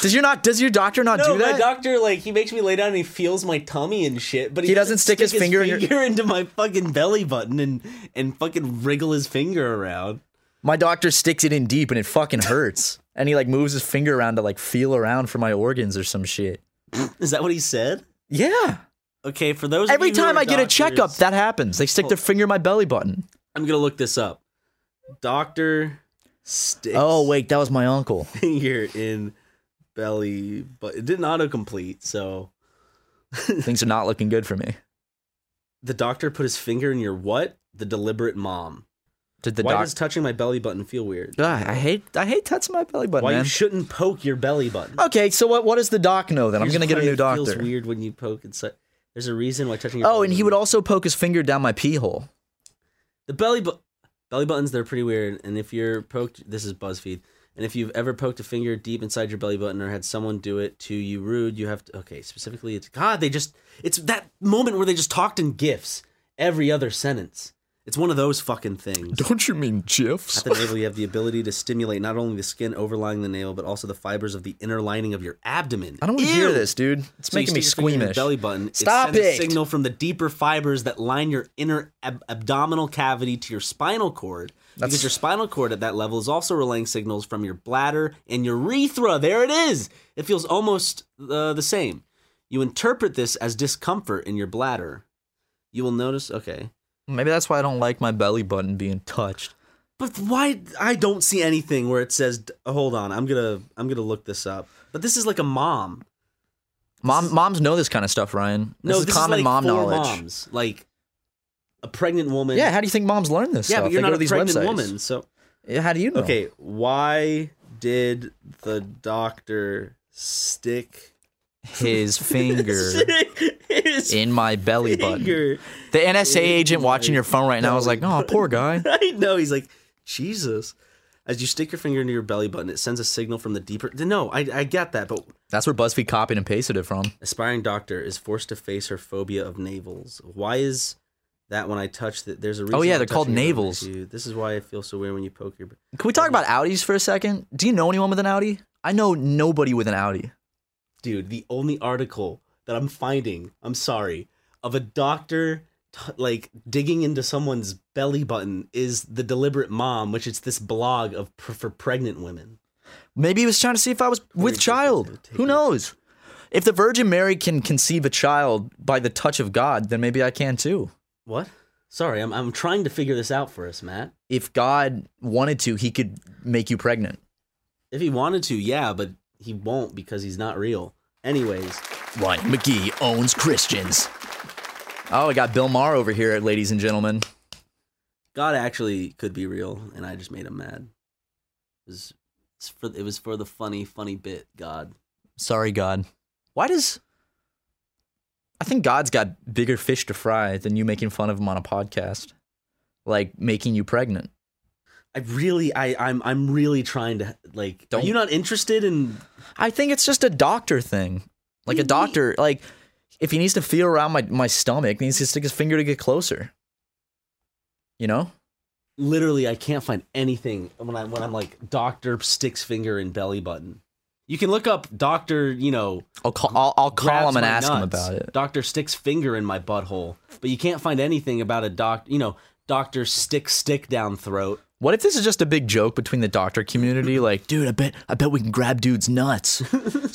Speaker 2: Does your not? Does your doctor not
Speaker 3: No,
Speaker 2: do that?
Speaker 3: my doctor like he makes me lay down and he feels my tummy and shit, but he,
Speaker 2: He doesn't stick his finger in your-
Speaker 3: into my fucking belly button and and fucking wriggle his finger around.
Speaker 2: my doctor sticks it in deep and it fucking hurts. and he like moves his finger around to like feel around for my organs or some shit.
Speaker 3: Is that what he said?
Speaker 2: Yeah.
Speaker 3: Okay, for those of
Speaker 2: Every
Speaker 3: you who
Speaker 2: time
Speaker 3: are
Speaker 2: I get a
Speaker 3: doctors- Oh.
Speaker 2: checkup, that happens. They stick their finger in my belly button.
Speaker 3: I'm gonna look this up. Doctor sticks.
Speaker 2: Oh wait, that was my uncle.
Speaker 3: finger in belly, but it didn't autocomplete. So
Speaker 2: Things are not looking good for me.
Speaker 3: the doctor put his finger in your what? The deliberate mom.
Speaker 2: Did the
Speaker 3: Why
Speaker 2: doctor?
Speaker 3: does touching my belly button feel weird?
Speaker 2: I hate I hate touching my belly button,
Speaker 3: Why
Speaker 2: man.
Speaker 3: you shouldn't poke your belly button?
Speaker 2: okay, so what what does the doc know then? I'm
Speaker 3: Here's
Speaker 2: gonna get a
Speaker 3: why
Speaker 2: new
Speaker 3: it Feels
Speaker 2: doctor.
Speaker 3: weird when you poke inside. There's a reason why touching. Your
Speaker 2: Oh,
Speaker 3: belly
Speaker 2: and he
Speaker 3: button-
Speaker 2: would also poke his finger down my pee hole.
Speaker 3: the belly bu- belly buttons. They're pretty weird. And if you're poked, this is BuzzFeed. And if you've ever poked a finger deep inside your belly button or had someone do it to you rude, you have to. Okay, specifically, it's God. They just. It's that moment where they just talked in gifs every other sentence. It's one of those fucking things.
Speaker 2: Don't you mean gifs?
Speaker 3: At the navel, you have the ability to stimulate not only the skin overlying the nail, but also the fibers of the inner lining of your abdomen.
Speaker 2: I don't want to
Speaker 3: Ew.
Speaker 2: hear this, dude. It's
Speaker 3: So you
Speaker 2: making me
Speaker 3: stick your finger in your
Speaker 2: squeamish.
Speaker 3: Belly button. It
Speaker 2: Stop
Speaker 3: sends a
Speaker 2: it.
Speaker 3: signal from the deeper fibers that line your inner ab- abdominal cavity to your spinal cord. because your spinal cord at that level is also relaying signals from your bladder and urethra. There it is. It feels almost uh, the same. You interpret this as discomfort in your bladder. You will notice. Okay,
Speaker 2: Maybe that's why I don't like my belly button being touched.
Speaker 3: but why? I don't see anything where it says. d- Hold on. I'm gonna. I'm gonna look this up. But this is like a mom.
Speaker 2: Mom, moms know this kind of stuff, Ryan. This
Speaker 3: no,
Speaker 2: is
Speaker 3: this
Speaker 2: common
Speaker 3: is like
Speaker 2: mom
Speaker 3: four
Speaker 2: knowledge.
Speaker 3: Moms. Like a pregnant woman.
Speaker 2: Yeah, how do you think moms learn this
Speaker 3: yeah,
Speaker 2: stuff?
Speaker 3: but you're
Speaker 2: they
Speaker 3: not
Speaker 2: go to
Speaker 3: a
Speaker 2: these
Speaker 3: pregnant
Speaker 2: websites.
Speaker 3: woman, so
Speaker 2: Yeah, how do you know?
Speaker 3: okay. Why did the doctor stick
Speaker 2: his finger
Speaker 3: his
Speaker 2: in my belly button.
Speaker 3: finger?
Speaker 2: The NSA
Speaker 3: in
Speaker 2: agent
Speaker 3: my
Speaker 2: watching your phone right now is like,
Speaker 3: belly
Speaker 2: "Oh, poor guy."
Speaker 3: I know. He's like, Jesus. As you stick your finger into your belly button, it sends a signal from the deeper. No, I I get that, but
Speaker 2: That's where BuzzFeed copied and pasted it from.
Speaker 3: aspiring doctor is forced to face her phobia of navels. Why is that when I touch that? There's a reason.
Speaker 2: Oh, yeah,
Speaker 3: I'm
Speaker 2: they're called
Speaker 3: touching your belly
Speaker 2: navels.
Speaker 3: too. This is why I feel so weird when you poke your.
Speaker 2: Can we talk about Audis for a second? Do you know anyone with an Audi? I know nobody with an Audi.
Speaker 3: dude the only article that i'm finding i'm sorry of a doctor t- like digging into someone's belly button is the deliberate mom which is this blog of pr- for pregnant women
Speaker 2: Maybe he was trying to see if I was with
Speaker 3: Virgin
Speaker 2: child.
Speaker 3: Mary, take
Speaker 2: Who
Speaker 3: it.
Speaker 2: knows? If the Virgin Mary can conceive a child by the touch of God, then maybe I can too.
Speaker 3: what sorry i'm, I'm trying to figure this out for us matt
Speaker 2: If God wanted to, he could make you pregnant.
Speaker 3: if he wanted to yeah but he won't because he's not real anyways
Speaker 2: Ryan McGee owns Christians. Oh, I got Bill Maher over here, ladies and gentlemen.
Speaker 3: god actually could be real and i just made him mad it was, it's for, it was for the funny funny bit god
Speaker 2: Sorry, God. Why does. I think God's got bigger fish to fry than you making fun of him on a podcast, like making you pregnant.
Speaker 3: I really, I, I'm, I'm really trying to like.
Speaker 2: Don't-
Speaker 3: Are you not interested in?
Speaker 2: I think it's just a doctor thing. Like a doctor, like if he needs to feel around my, my stomach, he needs to stick his finger to get closer. You know?
Speaker 3: Literally, I can't find anything when I when I'm like doctor sticks finger in belly button. You can look up doctor, you know,
Speaker 2: I'll call I'll, I'll call
Speaker 3: grabs
Speaker 2: him and
Speaker 3: my
Speaker 2: ask him
Speaker 3: nuts,
Speaker 2: about it.
Speaker 3: Doctor sticks finger in my butthole, but you can't find anything about a doc, you know, doctor stick stick down throat.
Speaker 2: What if this is just a big joke between the doctor community? Like, dude, I bet I bet we can grab dudes nuts.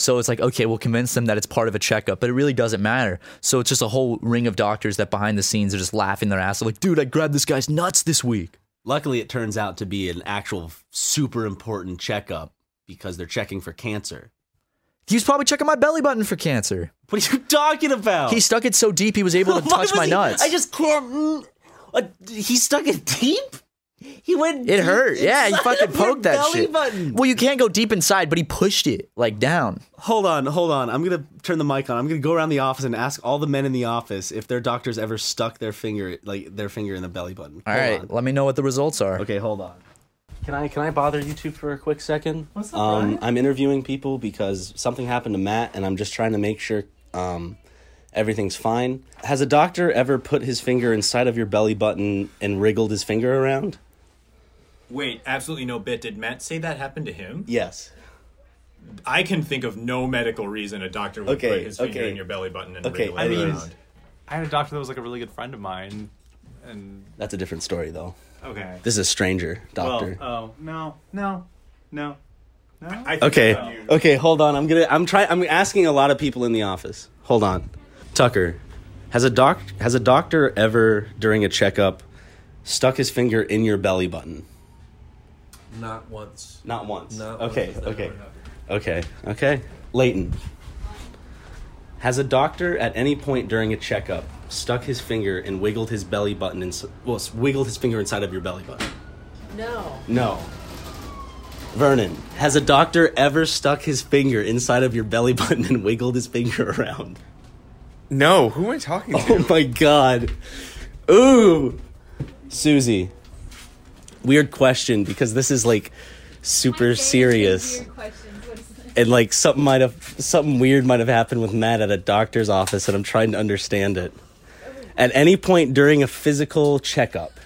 Speaker 2: so it's like, okay, we'll convince them that it's part of a checkup, but it really doesn't matter. So it's just a whole ring of doctors that behind the scenes are just laughing their ass off, like, dude, I grabbed this guy's nuts this week.
Speaker 3: Luckily, it turns out to be an actual super important checkup because they're checking for cancer.
Speaker 2: He was probably checking my belly button for cancer.
Speaker 3: What are you talking about?
Speaker 2: He stuck it so deep he was able to
Speaker 3: Oh. Why
Speaker 2: touch
Speaker 3: was
Speaker 2: my
Speaker 3: he-
Speaker 2: nuts.
Speaker 3: I just can't. mm, uh, he stuck it deep. He went.
Speaker 2: It
Speaker 3: deep
Speaker 2: hurt. Yeah, he
Speaker 3: inside
Speaker 2: fucking
Speaker 3: of your
Speaker 2: poked that
Speaker 3: belly
Speaker 2: shit.
Speaker 3: Button.
Speaker 2: Well, you can't go deep inside, but he pushed it like down.
Speaker 3: Hold on, hold on. I'm gonna turn the mic on. I'm gonna go around the office and ask all the men in the office if their doctors ever stuck their finger, like their finger in the belly button.
Speaker 2: All
Speaker 3: hold
Speaker 2: right,
Speaker 3: on.
Speaker 2: let me know what the results are.
Speaker 3: Okay, hold on. Can I can I bother you two for a quick second?
Speaker 5: What's up,
Speaker 6: Um,
Speaker 5: Brian?
Speaker 6: I'm interviewing people because something happened to Matt, and I'm just trying to make sure um, everything's fine. Has a doctor ever put his finger inside of your belly button and wriggled his finger around?
Speaker 7: Wait, absolutely no bit. Did Matt say that happened to him?
Speaker 6: Yes.
Speaker 7: I can think of no medical reason a doctor would
Speaker 6: Okay,
Speaker 7: put his finger
Speaker 6: okay.
Speaker 7: in your belly button and
Speaker 6: Okay,
Speaker 7: wiggle
Speaker 6: I
Speaker 7: it
Speaker 6: mean-
Speaker 7: around.
Speaker 8: I had a doctor that was like a really good friend of mine, and
Speaker 6: That's a different story, though.
Speaker 8: okay.
Speaker 6: This is a stranger
Speaker 8: Well,
Speaker 3: uh,
Speaker 6: doctor.
Speaker 8: oh no, no, no, no.
Speaker 7: I think about
Speaker 6: okay.
Speaker 7: you.
Speaker 6: Okay, hold on. I'm gonna. I'm trying. I'm asking a lot of people in the office. Hold on. Tucker, has a doc has a doctor ever during a checkup stuck his finger in your belly button?
Speaker 9: Not once.
Speaker 6: Not once.
Speaker 9: Not
Speaker 6: okay.
Speaker 9: once has that
Speaker 6: okay.
Speaker 9: ever happened.
Speaker 6: Okay. Okay. Leighton. Has a doctor at any point during a checkup stuck his finger and wiggled his belly button ins well, s- wiggled his finger inside of your belly button?
Speaker 4: No.
Speaker 6: No. Vernon, has a doctor ever stuck his finger inside of your belly button and wiggled his finger around?
Speaker 10: No, who am I talking to?
Speaker 6: Oh my god. Ooh. Susie. Weird question because this is like super serious. and like something might have something weird might have happened with Matt at a doctor's office, and I'm trying to understand it. At any point during a physical checkup,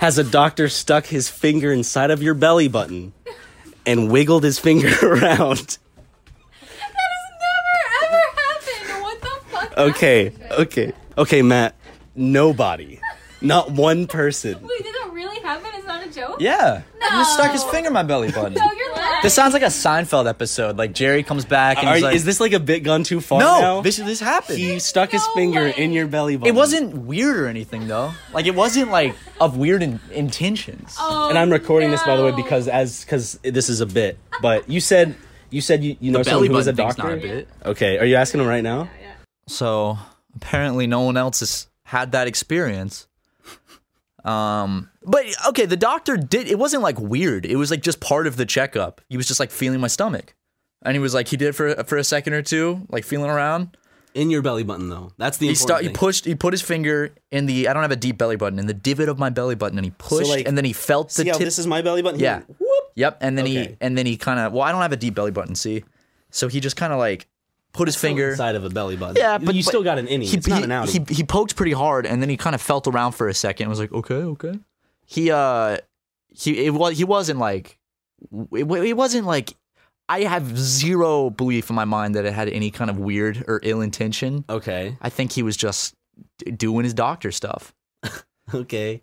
Speaker 6: has a doctor stuck his finger inside of your belly button and wiggled his finger around? Okay, okay, okay, Matt. Nobody, not one person.
Speaker 11: Wait, did that really happen? It's not a joke?
Speaker 2: Yeah. He just stuck his
Speaker 11: No.
Speaker 2: finger in my belly button.
Speaker 11: No, you're lying.
Speaker 2: Uh, this sounds like a Seinfeld episode. Like Jerry comes back and
Speaker 6: Are-
Speaker 2: he's like,
Speaker 6: is this like a bit gone too far?
Speaker 2: No,
Speaker 6: now?
Speaker 2: this this happened.
Speaker 6: He stuck his
Speaker 11: No
Speaker 6: finger
Speaker 11: way.
Speaker 6: in your belly button.
Speaker 2: it wasn't weird or anything though. Like it wasn't like of weird in- intentions.
Speaker 11: Oh,
Speaker 6: and I'm recording this by the way
Speaker 11: no.
Speaker 6: because as because this is a bit. But you said you said you, you know
Speaker 2: belly
Speaker 6: someone who was a
Speaker 2: button thing's
Speaker 6: doctor.
Speaker 2: not a bit.
Speaker 6: Okay, are you asking him right now?
Speaker 2: So apparently, no one else has had that experience. Um, but okay, the doctor did. It wasn't like weird. It was like just part of the checkup. He was just like feeling my stomach, and he was like, he did it for for a second or two, like feeling around.
Speaker 3: In your belly button though. That's the
Speaker 2: He
Speaker 3: important
Speaker 2: start, he
Speaker 3: thing.
Speaker 2: pushed, he put his finger in the. I don't have a deep belly button in the divot of my belly button, and he pushed,
Speaker 6: like,
Speaker 2: and then he felt the
Speaker 6: See how
Speaker 2: tip.
Speaker 6: this is my belly button. He
Speaker 2: yeah.
Speaker 6: went, Whoop.
Speaker 2: Yep. And then he
Speaker 6: Okay.
Speaker 2: and then he kind of. Well, I don't have a deep belly button. See, so he just kind of like put his finger
Speaker 6: Inside of a belly button.
Speaker 2: Yeah, but
Speaker 6: you
Speaker 2: but
Speaker 6: still got an innie.
Speaker 2: He,
Speaker 6: it's not
Speaker 2: he-
Speaker 6: an outie.
Speaker 2: He, he poked pretty hard, and then he kind of felt around for a second. and Was like, okay, okay. He uh, he it was he wasn't like, it, wa- it wasn't like. I have zero belief in my mind that it had any kind of weird or ill intention.
Speaker 3: okay.
Speaker 2: I think he was just d- doing his doctor stuff.
Speaker 3: Okay.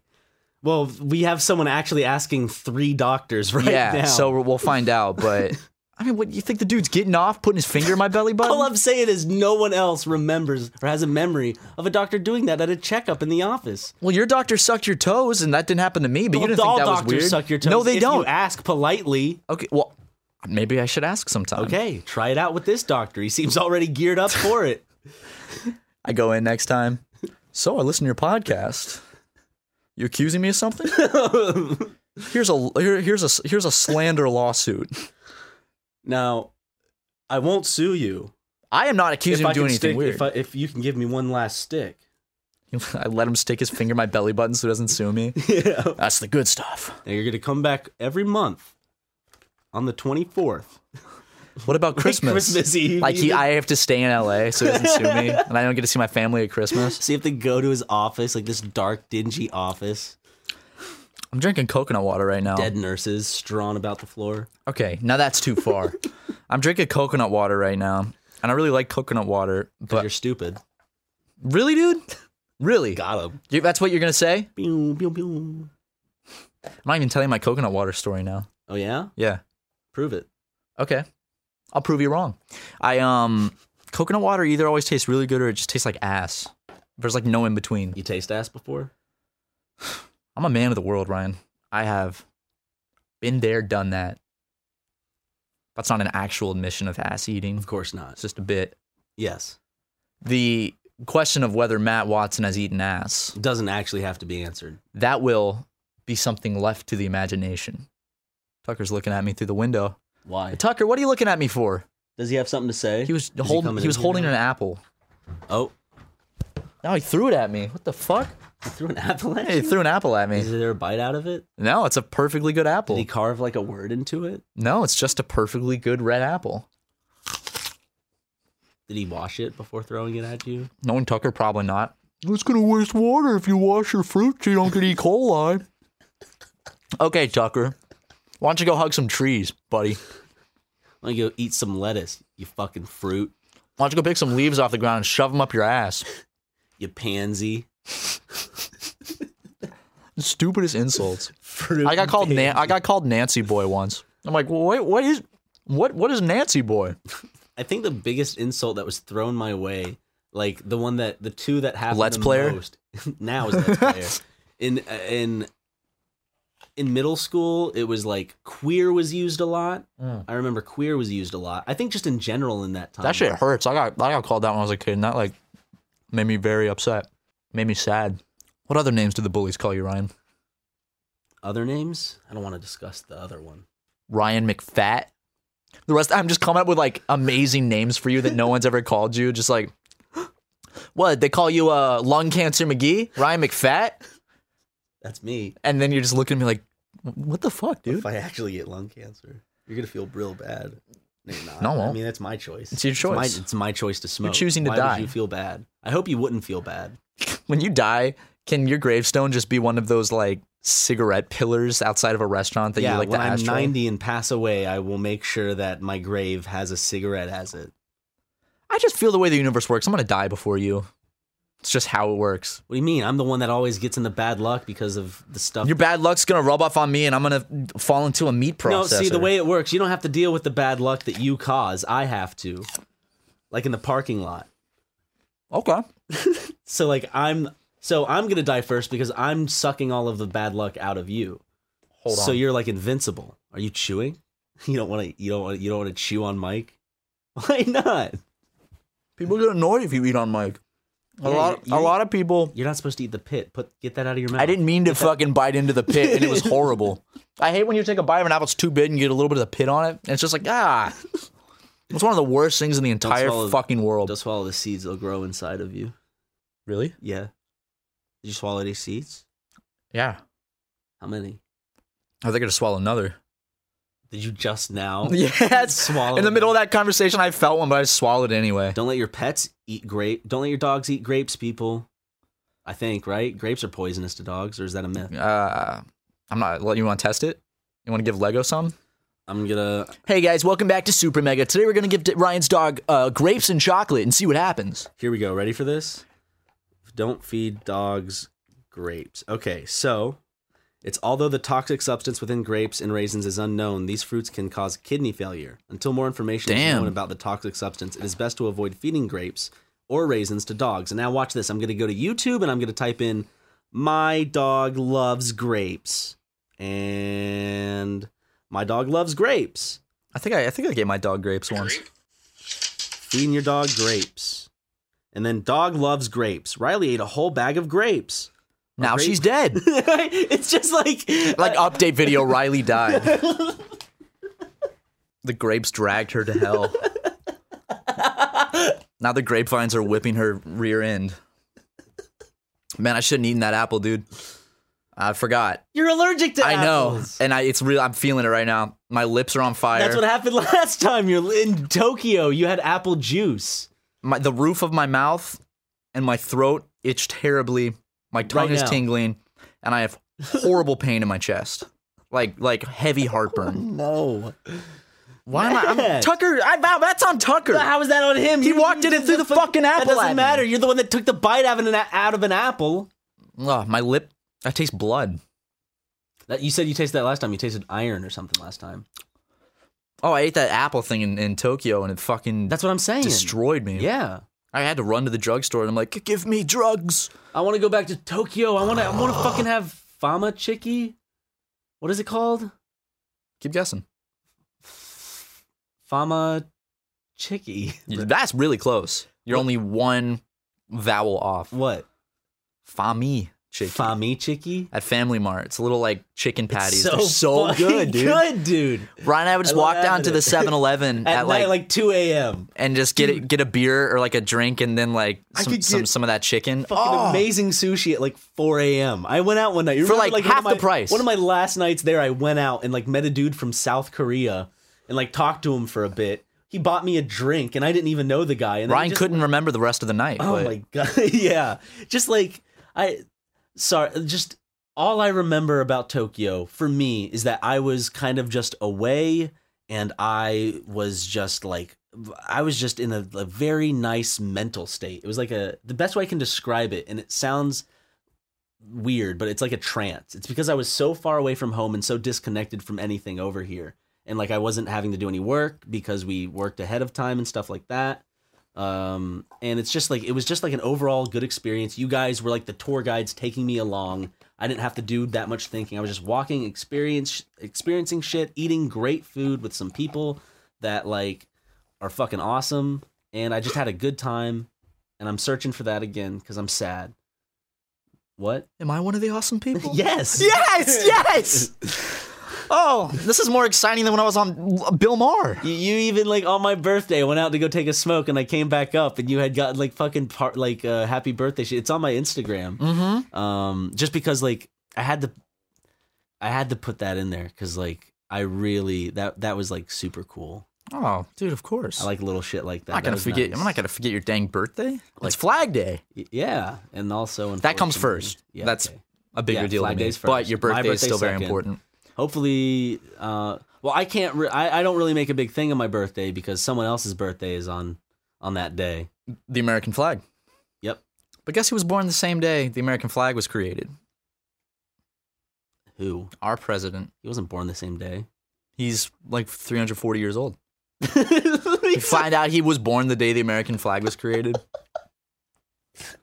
Speaker 3: Well, we have someone actually asking three doctors right
Speaker 2: yeah,
Speaker 3: now.
Speaker 2: so we'll- we'll find out. But I mean, what you think the dude's getting off, putting his finger in my belly button?
Speaker 3: all I'm saying is no one else remembers or has a memory of a doctor doing that at a checkup in the office.
Speaker 2: well, your doctor sucked your toes, and that didn't happen to me. But you didn't
Speaker 3: all
Speaker 2: think that was
Speaker 3: doctors
Speaker 2: weird.
Speaker 3: suck your toes.
Speaker 2: No, they
Speaker 3: if
Speaker 2: don't.
Speaker 3: You ask politely.
Speaker 2: okay, well, maybe I should ask sometime.
Speaker 3: Okay, try it out with this doctor. He seems already geared up for it.
Speaker 2: I go in next time. So I listen to your podcast. You accusing me of something? here's a here, here's a here's a slander lawsuit.
Speaker 3: Now, I won't sue you.
Speaker 2: I am not accusing him
Speaker 3: I
Speaker 2: of doing
Speaker 3: can
Speaker 2: anything
Speaker 3: stick-
Speaker 2: weird.
Speaker 3: If, I, if you can give me one last stick.
Speaker 2: I, let him stick his finger in my belly button so he doesn't sue me.
Speaker 3: Yeah.
Speaker 2: That's the good stuff.
Speaker 3: Now you're going to come back every month on the 24th.
Speaker 2: What about Christmas?
Speaker 3: Christmas Eve.
Speaker 2: Like he, I have to stay in LA so he doesn't sue me, and I don't get to see my family at Christmas.
Speaker 3: So you have to go to his office, like this dark, dingy office.
Speaker 2: I'm drinking coconut water right now.
Speaker 3: Dead nurses strewn about the floor.
Speaker 2: Okay, now that's too far. I'm drinking coconut water right now, and I really like coconut water,
Speaker 3: But you're
Speaker 2: but
Speaker 3: stupid.
Speaker 2: really, dude, really,
Speaker 3: Got him.
Speaker 2: You- that's what you're gonna say?
Speaker 3: Pew, pew, pew.
Speaker 2: I'm not even telling my coconut water story now.
Speaker 3: Oh yeah,
Speaker 2: Yeah.
Speaker 3: prove it.
Speaker 2: Okay. I'll prove you wrong. I um coconut water either always tastes really good or it just tastes like ass. There's like no in between.
Speaker 3: You taste ass before?
Speaker 2: I'm a man of the world, Ryan. I have been there, done that. That's not an actual admission of ass eating.
Speaker 3: Of course not.
Speaker 2: It's just a bit.
Speaker 3: Yes,
Speaker 2: The question of whether Matt Watson has eaten ass,
Speaker 3: it doesn't actually have to be answered.
Speaker 2: that will be something left to the imagination. Tucker's looking at me through the window.
Speaker 3: Why?
Speaker 2: Tucker, what are you looking at me for?
Speaker 3: Does he have something to say?
Speaker 2: He was
Speaker 3: he
Speaker 2: holding.
Speaker 3: coming
Speaker 2: He,
Speaker 3: in
Speaker 2: was
Speaker 3: here
Speaker 2: holding
Speaker 3: now?
Speaker 2: an apple.
Speaker 3: Oh,
Speaker 2: No, he threw it at me. What the fuck?
Speaker 3: He threw an apple at
Speaker 2: He threw an apple at me.
Speaker 3: Is there a bite out of it?
Speaker 2: No, it's a perfectly good apple.
Speaker 3: Did he carve like a word into it?
Speaker 2: No, it's just a perfectly good red apple.
Speaker 3: Did he wash it before throwing it at you?
Speaker 2: Knowing Tucker, probably not.
Speaker 12: It's gonna waste water if you wash your fruit so you don't get E. coli.
Speaker 2: Okay, Tucker. Why don't you go hug some trees, buddy?
Speaker 3: Why don't you go eat some lettuce, you fucking fruit?
Speaker 2: Why don't you go pick some leaves off the ground and shove them up your ass?
Speaker 3: You pansy.
Speaker 2: The stupidest insults. I got called Na- I got called Nancy boy once. I'm like, well, wait, what is what what is Nancy boy?
Speaker 3: I think the biggest insult that was thrown my way, like the one that the two that happened
Speaker 2: Let's
Speaker 3: the
Speaker 2: player?
Speaker 3: most, now is Let's player. In in in middle school, it was like queer was used a lot.
Speaker 2: Mm.
Speaker 3: I remember queer was used a lot. I think just in general in that time.
Speaker 2: That shit hurts. I got I got called that when I was a kid, and that like made me very upset. Made me sad. What other names do the bullies call you, Ryan?
Speaker 3: Other names? I don't want to discuss the other one.
Speaker 2: Ryan McFat. The rest, I'm just coming up with like amazing names for you that no one's ever called you. Just like, what they call you, uh, lung cancer McGee, Ryan McFat,
Speaker 3: That's me.
Speaker 2: and then you're just looking at me like, what the fuck, dude?
Speaker 3: If I actually get lung cancer, you're gonna feel real bad. No, you're not.
Speaker 2: No, I
Speaker 3: I
Speaker 2: won't.
Speaker 3: mean that's my choice.
Speaker 2: It's your
Speaker 3: my- It's
Speaker 2: choice.
Speaker 3: my, choice to smoke.
Speaker 2: choosing to
Speaker 3: Why
Speaker 2: die.
Speaker 3: Would you feel bad. I hope you wouldn't feel bad.
Speaker 2: When you die, can your gravestone just be one of those like cigarette pillars outside of a restaurant that
Speaker 3: yeah,
Speaker 2: you like
Speaker 3: when
Speaker 2: the
Speaker 3: I'm
Speaker 2: ashtray?
Speaker 3: 90 and pass away, I will make sure that my grave has a cigarette as it.
Speaker 2: I just feel the way the universe works. I'm gonna die before you. It's just how it works.
Speaker 3: What do you mean? I'm the one that always gets in the bad luck because of the stuff.
Speaker 2: Your bad luck's gonna rub off on me, and I'm gonna fall into a meat processor.
Speaker 3: no, see the way it works. You don't have to deal with the bad luck that you cause. I have to, like in the parking lot.
Speaker 2: Okay.
Speaker 3: So like I'm so I'm gonna die first because I'm sucking all of the bad luck out of you.
Speaker 2: Hold
Speaker 3: So
Speaker 2: on.
Speaker 3: you're like invincible. Are you chewing? You don't want to. You don't want. You don't want to chew on Mike. Why not?
Speaker 2: people get annoyed if you eat on Mike. A
Speaker 3: Yeah,
Speaker 2: lot,
Speaker 3: you're-
Speaker 2: a lot of people.
Speaker 3: You're not supposed to eat the pit. Put get that out of your mouth.
Speaker 2: I didn't mean to fucking bite into the pit, and it was horrible. I hate when you take a bite of an apple; it's too big, and you get a little bit of the pit on it, and it's just like ah. It's one of the worst things in the
Speaker 3: Don't
Speaker 2: entire
Speaker 3: swallow-
Speaker 2: fucking world.
Speaker 3: Don't swallow the seeds; they'll grow inside of you.
Speaker 2: Really?
Speaker 3: Yeah. Did you swallow any seeds?
Speaker 2: Yeah.
Speaker 3: How many?
Speaker 2: Are they gonna swallow another?
Speaker 3: Did you just now?
Speaker 2: Yes.
Speaker 3: swallow.
Speaker 2: In the
Speaker 3: them?
Speaker 2: middle of that conversation, I felt one, but I swallowed it anyway.
Speaker 3: Don't let your pets eat grape. Don't let your dogs eat grapes, people. I think right. Grapes are poisonous to dogs, or is that a myth?
Speaker 2: Uh, I'm not. let- You want to test it? You want to give Lego some?
Speaker 3: I'm gonna.
Speaker 2: Hey guys, welcome back to Super Mega. Today we're gonna give D- Ryan's dog uh, grapes and chocolate and see what happens.
Speaker 3: Here we go. Ready for this? Don't feed dogs grapes. Okay, so it's although the toxic substance within grapes and raisins is unknown, these fruits can cause kidney failure. Until more information is
Speaker 2: Damn.
Speaker 3: known about the toxic substance, it is best to avoid feeding grapes or raisins to dogs. And now watch this. I'm going to go to YouTube and I'm going to type in my dog loves grapes. And my dog loves grapes.
Speaker 2: I think I, I think I gave my dog grapes once.
Speaker 3: feeding your dog grapes. And then dog loves grapes. Riley ate a whole bag of grapes. A
Speaker 2: Now
Speaker 3: grape-
Speaker 2: she's dead.
Speaker 3: it's just like uh,
Speaker 2: Like update video, Riley died. The grapes dragged her to hell. now the grapevines are whipping her rear end. Man, I shouldn't eaten that apple, dude. I forgot.
Speaker 3: you're allergic to
Speaker 2: I know,
Speaker 3: apples.
Speaker 2: and I, it's real. I'm feeling it right now. My lips are on fire.
Speaker 3: That's what happened last time. You're in Tokyo. You had apple juice.
Speaker 2: my the roof of my mouth and my throat itch terribly. My tongue
Speaker 3: Right
Speaker 2: is
Speaker 3: now.
Speaker 2: tingling, and I have horrible pain in my chest, like like heavy heartburn.
Speaker 3: No.
Speaker 2: Why am I? I'm,
Speaker 3: Matt.
Speaker 2: Tucker, I vow that's on Tucker.
Speaker 3: How is that on him?
Speaker 2: He
Speaker 3: You-
Speaker 2: walked in and threw the fucking apple.
Speaker 3: That doesn't
Speaker 2: at me.
Speaker 3: matter. You're the one that took the bite out of an, a- out of an apple.
Speaker 2: Ugh, my lip. I taste blood.
Speaker 3: That, you said you tasted that last time. You tasted iron or something last time.
Speaker 2: Oh, I ate that apple thing in, in Tokyo, and it fucking
Speaker 3: That's what I'm saying.
Speaker 2: destroyed me.
Speaker 3: Yeah.
Speaker 2: I had to run to the drugstore, and I'm like, "Give me drugs."
Speaker 3: I want to go back to Tokyo. I want to. I want to fucking have fama chicky. What is it called?
Speaker 2: Keep guessing.
Speaker 3: Fama chicky.
Speaker 2: That's really close. You're only one vowel off.
Speaker 3: What?
Speaker 2: Fami. chicky.
Speaker 3: Fami chicky
Speaker 2: at Family Mart. It's a little like chicken patties.
Speaker 3: so
Speaker 2: They're so
Speaker 3: fucking
Speaker 2: good, dude.
Speaker 3: good, dude.
Speaker 2: Ryan and I would just
Speaker 3: I love
Speaker 2: walk down
Speaker 3: having
Speaker 2: to the
Speaker 3: it.
Speaker 2: 7-Eleven
Speaker 3: At
Speaker 2: at,
Speaker 3: night,
Speaker 2: like,
Speaker 3: like 2 a.m.
Speaker 2: and just get a, get a beer or like a drink and then like
Speaker 3: I
Speaker 2: some
Speaker 3: could
Speaker 2: some,
Speaker 3: get
Speaker 2: some of that chicken.
Speaker 3: Fucking
Speaker 2: Oh,
Speaker 3: amazing sushi at like 4 a.m. I went out one night. You
Speaker 2: For,
Speaker 3: remember,
Speaker 2: like,
Speaker 3: one
Speaker 2: half
Speaker 3: of my-
Speaker 2: the price.
Speaker 3: One of my last nights there, I went out and like met a dude from South Korea and like talked to him for a bit. He bought me a drink and I didn't even know the guy. And then he
Speaker 2: Ryan
Speaker 3: just-
Speaker 2: couldn't remember the rest of the night.
Speaker 3: Oh
Speaker 2: but-
Speaker 3: my god! yeah, just like I, sorry, just all I remember about Tokyo for me is that I was kind of just away, and I was just like I was just in a, a very nice mental state. It was like a the best way I can describe it, and it sounds weird, but it's like a trance. It's because I was so far away from home and so disconnected from anything over here. And like I wasn't having to do any work because we worked ahead of time and stuff like that. Um and it's just like it was just like an overall good experience. You guys were like the tour guides taking me along. I didn't have to do that much thinking. I was just walking, experience experiencing shit, eating great food with some people that like are fucking awesome and I just had a good time and I'm searching for that again cuz I'm sad. What?
Speaker 2: Am I one of the awesome people?
Speaker 3: Yes.
Speaker 2: Yes. Yes. oh, this is more exciting than when I was on Bill Maher.
Speaker 3: You, you even like on my birthday went out to go take a smoke and I came back up and you had gotten like fucking part like uh, happy birthday shit. It's on my Instagram.
Speaker 2: Mm-hmm.
Speaker 3: Um, just because like I had to, I had to put that in there because like I really that that was like super cool.
Speaker 2: Oh, dude, of course.
Speaker 3: I like little shit like that.
Speaker 2: I'm not
Speaker 3: That
Speaker 2: gonna
Speaker 3: was
Speaker 2: forget.
Speaker 3: nice.
Speaker 2: I'm not gonna forget your dang birthday. it's Flag Day.
Speaker 3: Y- Yeah, and also
Speaker 2: That comes
Speaker 3: unfortunately-
Speaker 2: first.
Speaker 3: Yeah,
Speaker 2: That's
Speaker 3: okay.
Speaker 2: a bigger
Speaker 3: Yeah,
Speaker 2: deal
Speaker 3: Flag
Speaker 2: to me.
Speaker 3: Day's first.
Speaker 2: But your
Speaker 3: My
Speaker 2: birthday, is still very
Speaker 3: second.
Speaker 2: important.
Speaker 3: Hopefully, uh, well, I can't. Re- I I don't really make a big thing of my birthday because someone else's birthday is on on that day.
Speaker 2: The American flag.
Speaker 3: Yep.
Speaker 2: But guess who was born the same day the American flag was created?
Speaker 3: Who?
Speaker 2: Our president.
Speaker 3: He wasn't born the same day.
Speaker 2: He's like 340 years old. you find out he was born the day the American flag was created.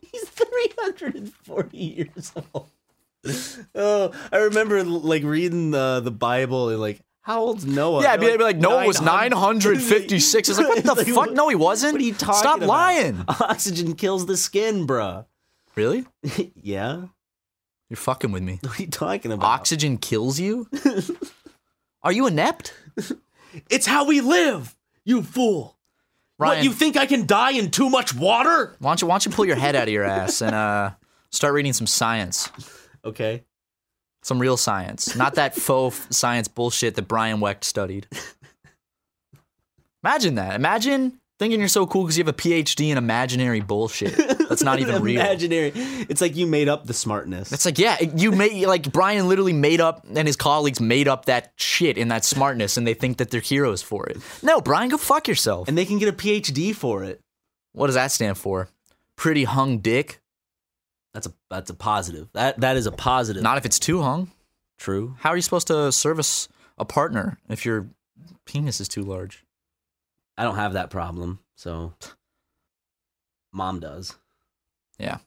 Speaker 3: He's 340 years old. oh, I remember like reading the the Bible and like how old's Noah?
Speaker 2: yeah,
Speaker 3: They're
Speaker 2: be, be like, Noah was
Speaker 3: 900.
Speaker 2: 956. It's like, what the
Speaker 3: Like,
Speaker 2: fuck?
Speaker 3: what-
Speaker 2: No, he wasn't.
Speaker 3: What are you talking
Speaker 2: Stop
Speaker 3: about?
Speaker 2: lying.
Speaker 3: Oxygen kills the skin, bruh.
Speaker 2: Really?
Speaker 3: yeah.
Speaker 2: You're fucking with me.
Speaker 3: What are you talking about?
Speaker 2: Oxygen kills you? Are you inept?
Speaker 3: It's how we live, you fool.
Speaker 2: Ryan.
Speaker 3: What, you think I can die in too much water?
Speaker 2: Why don't you, why don't you pull your head out of your ass and uh, start reading some science?
Speaker 3: Okay.
Speaker 2: Some real science, not that faux f- science bullshit that Brian Wecht studied. Imagine that. Imagine thinking you're so cool because you have a PhD in imaginary bullshit that's not even real.
Speaker 3: Imaginary. It's like you made up the smartness.
Speaker 2: It's like, yeah, you made like Brian literally made up and his colleagues made up that shit and that smartness, and they think that they're heroes for it. No, Brian, go fuck yourself.
Speaker 3: and they can get a PhD for it.
Speaker 2: What does that stand for? Pretty hung dick.
Speaker 3: That's a that's a positive. That that is a positive.
Speaker 2: Not if it's too hung.
Speaker 3: true.
Speaker 2: How are you supposed to service a partner if your penis is too large?
Speaker 3: I don't have that problem. So mom does.
Speaker 2: Yeah.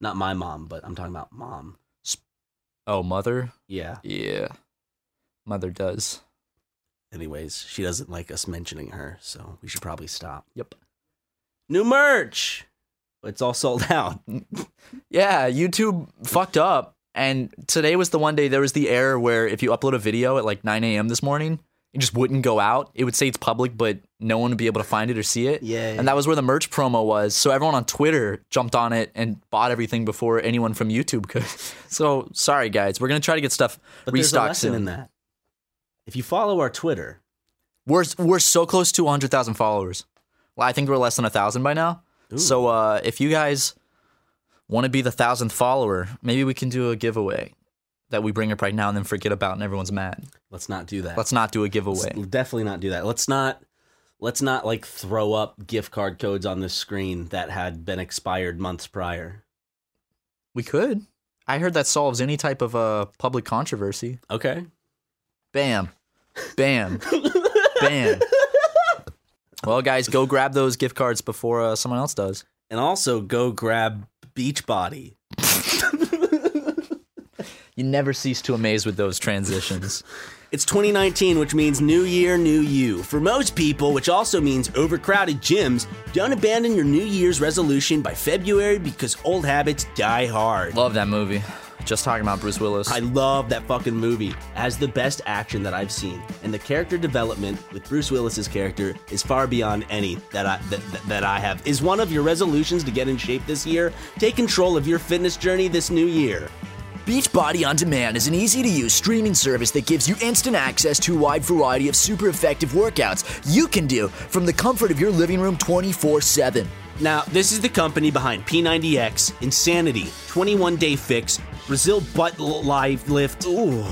Speaker 3: Not my mom, but I'm talking about mom.
Speaker 2: Oh, mother.
Speaker 3: Yeah.
Speaker 2: Yeah, mother does.
Speaker 3: Anyways, she doesn't like us mentioning her, so we should probably stop.
Speaker 2: Yep.
Speaker 3: New merch. It's all sold out.
Speaker 2: Yeah, YouTube fucked up. And today was the one day there was the error where if you upload a video at like 9 a.m. this morning, it just wouldn't go out. It would say it's public, but no one would be able to find it or see it.
Speaker 3: Yeah.
Speaker 2: And that was where the merch promo was. So everyone on Twitter jumped on it and bought everything before anyone from YouTube could. So sorry, guys. We're going to try to get stuff
Speaker 3: But there's a
Speaker 2: restocked
Speaker 3: lesson
Speaker 2: soon.
Speaker 3: in that. If you follow our Twitter,
Speaker 2: We're, we're so close to 100,000 followers. Well, I think we're less than 1,000 by now. So uh, if you guys want to be the 1,000th follower, maybe we can do a giveaway that we bring up right now and then forget about and everyone's mad.
Speaker 3: let's not do that.
Speaker 2: Let's not do a
Speaker 3: Let's
Speaker 2: giveaway.
Speaker 3: definitely not do that. Let's not let's not like throw up gift card codes on this screen that had been expired months prior.
Speaker 2: We could. I heard that solves any type of uh, public controversy.
Speaker 3: Okay.
Speaker 2: Bam. Bam. Bam. Well, guys, go grab those gift cards before uh, someone else does.
Speaker 3: And also go grab Beachbody.
Speaker 2: You never cease to amaze with those transitions.
Speaker 3: It's 2019, which means new year, new you. For most people, which also means overcrowded gyms, don't abandon your new year's resolution by February because old habits die hard.
Speaker 6: Love that movie. Just talking about Bruce Willis.
Speaker 3: I love that fucking movie as the best action that I've seen. And the character development with Bruce Willis's character is far beyond any that I that, that- that I have. Is one of your resolutions to get in shape this year? Take control of your fitness journey this new year.
Speaker 2: Beachbody On Demand is an easy to use streaming service that gives you instant access to a wide variety of super effective workouts you can do from the comfort of your living room 24 7.
Speaker 3: Now, this is the company behind P90X, Insanity, 21 Day Fix, Brazil Butt L- Live Lift. Ooh.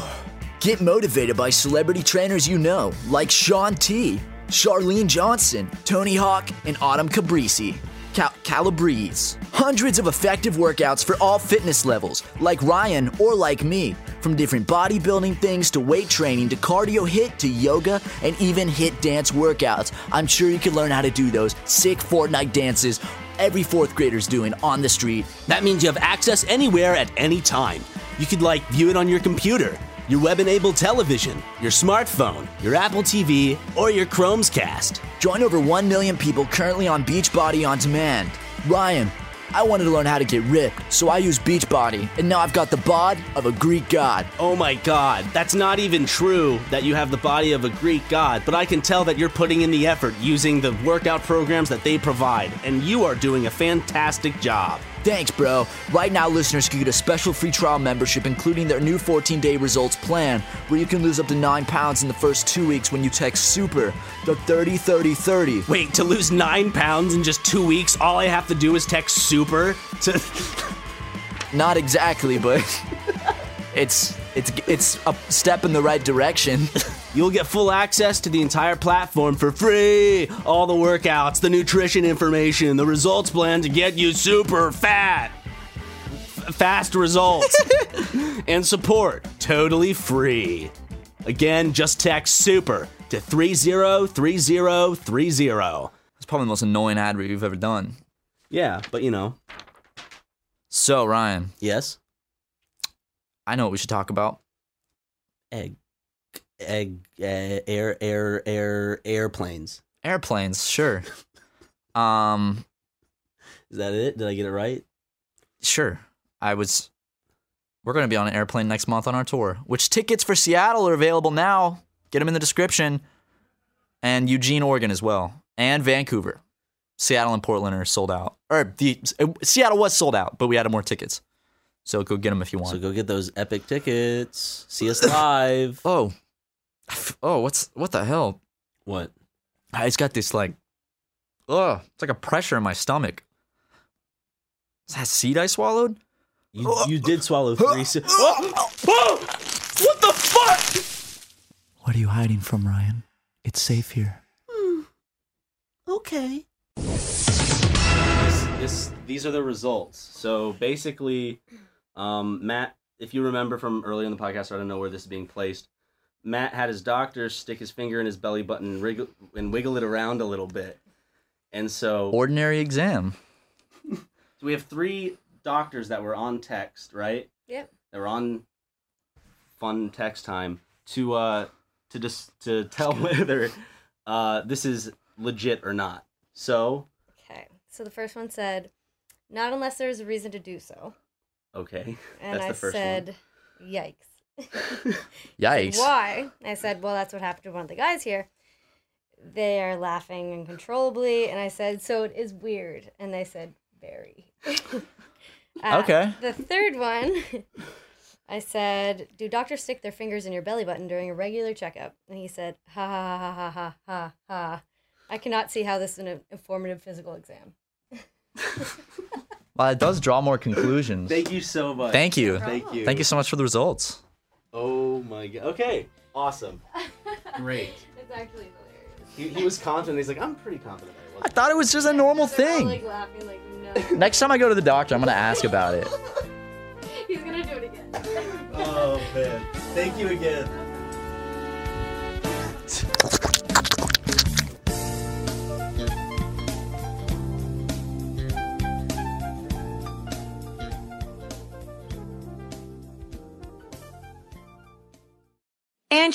Speaker 2: Get motivated by celebrity trainers you know, like Sean T, Charlene Johnson, Tony Hawk, and Autumn Cabrisi. Cal- Calabrese. Hundreds of effective workouts for all fitness levels, like Ryan or like me, from different bodybuilding things to weight training to cardio hit to yoga and even hit dance workouts. I'm sure you can learn how to do those sick Fortnite dances every fourth grader's doing on the street.
Speaker 3: That means you have access anywhere at any time. You could like view it on your computer, your web-enabled television, your smartphone, your Apple TV, or your Chromecast.
Speaker 2: Join over 1 million people currently on Beachbody on demand. Ryan, I wanted to learn how to get ripped, so I use Beachbody, and now I've got the bod of a Greek god.
Speaker 3: Oh my god, that's not even true that you have the body of a Greek god, but I can tell that you're putting in the effort using the workout programs that they provide, and you are doing a fantastic job.
Speaker 2: Thanks, bro. Right now, listeners can get a special free trial membership, including their new 14 day results plan, where you can lose up to 9 pounds in the first two weeks when you text SUPER to 303030.
Speaker 3: Wait, to lose nine pounds in just two weeks, all I have to do is text super to.
Speaker 2: Not exactly, but it's it's it's a step in the right direction.
Speaker 3: You'll get full access to the entire platform for free. All the workouts, the nutrition information, the results plan to get you super fat. F- fast results. and support totally free. Again, just text super to 303030.
Speaker 6: It's probably the most annoying ad read you've ever done.
Speaker 3: Yeah, but you know.
Speaker 6: So, Ryan.
Speaker 3: Yes?
Speaker 6: I know what we should talk about.
Speaker 3: Egg. Egg. Uh, air, air, air, airplanes.
Speaker 6: Airplanes, sure. um,
Speaker 3: Is that it? Did I get it right?
Speaker 6: Sure. I was. We're going to be on an airplane next month on our tour, which tickets for Seattle are available now. Get them in the description. And Eugene, Oregon as well. And Vancouver. Seattle and Portland are sold out. Or the Seattle was sold out, but we had more tickets. So go get them if you want.
Speaker 3: So go get those epic tickets. See us live.
Speaker 6: oh. Oh, what's what the hell?
Speaker 3: What?
Speaker 6: I just got this like oh, it's like a pressure in my stomach. Is that seed I swallowed?
Speaker 3: You, you did swallow three. se- Oh, oh, what the fuck?
Speaker 13: What are you hiding from, Ryan? It's safe here.
Speaker 3: Okay. This, these are the results. So basically, um, Matt, if you remember from earlier in the podcast, I don't know where this is being placed. Matt had his doctor stick his finger in his belly button and, wriggle, and wiggle it around a little bit, and so
Speaker 6: Ordinary exam.
Speaker 3: So we have three doctors that were on text, right?
Speaker 14: Yep.
Speaker 3: That were on fun text time to uh to just to tell whether uh this is legit or not. So
Speaker 14: Okay. So the first one said, "Not unless there is a reason to do so."
Speaker 3: okay,
Speaker 14: And
Speaker 3: that's
Speaker 14: I
Speaker 3: the first
Speaker 14: said, "Yikes."
Speaker 6: Yikes.
Speaker 14: Why? I said, "Well, that's what happened to one of the guys here." They are laughing uncontrollably, and I said, "So it is weird." And they said, "Very." Uh,
Speaker 6: Okay.
Speaker 14: The third one, I said, "Do doctors stick their fingers in your belly button during a regular checkup?" And he said, "Ha ha ha ha ha ha ha." I cannot see how this is an informative physical exam.
Speaker 6: Well, it does draw more
Speaker 3: one.
Speaker 6: conclusions.
Speaker 3: Thank you so much.
Speaker 6: Thank you.
Speaker 3: Thank you.
Speaker 6: Thank you so much for the results.
Speaker 3: Oh my god. Okay. Awesome. Great.
Speaker 14: It's actually
Speaker 3: He, he was confident. He's like, I'm pretty confident. I
Speaker 6: I thought it was just a normal thing.
Speaker 14: like laughing, like no.
Speaker 6: Next time I go to the doctor, I'm going to ask about it.
Speaker 14: He's gonna do it again.
Speaker 3: Oh man. Thank you again.
Speaker 4: And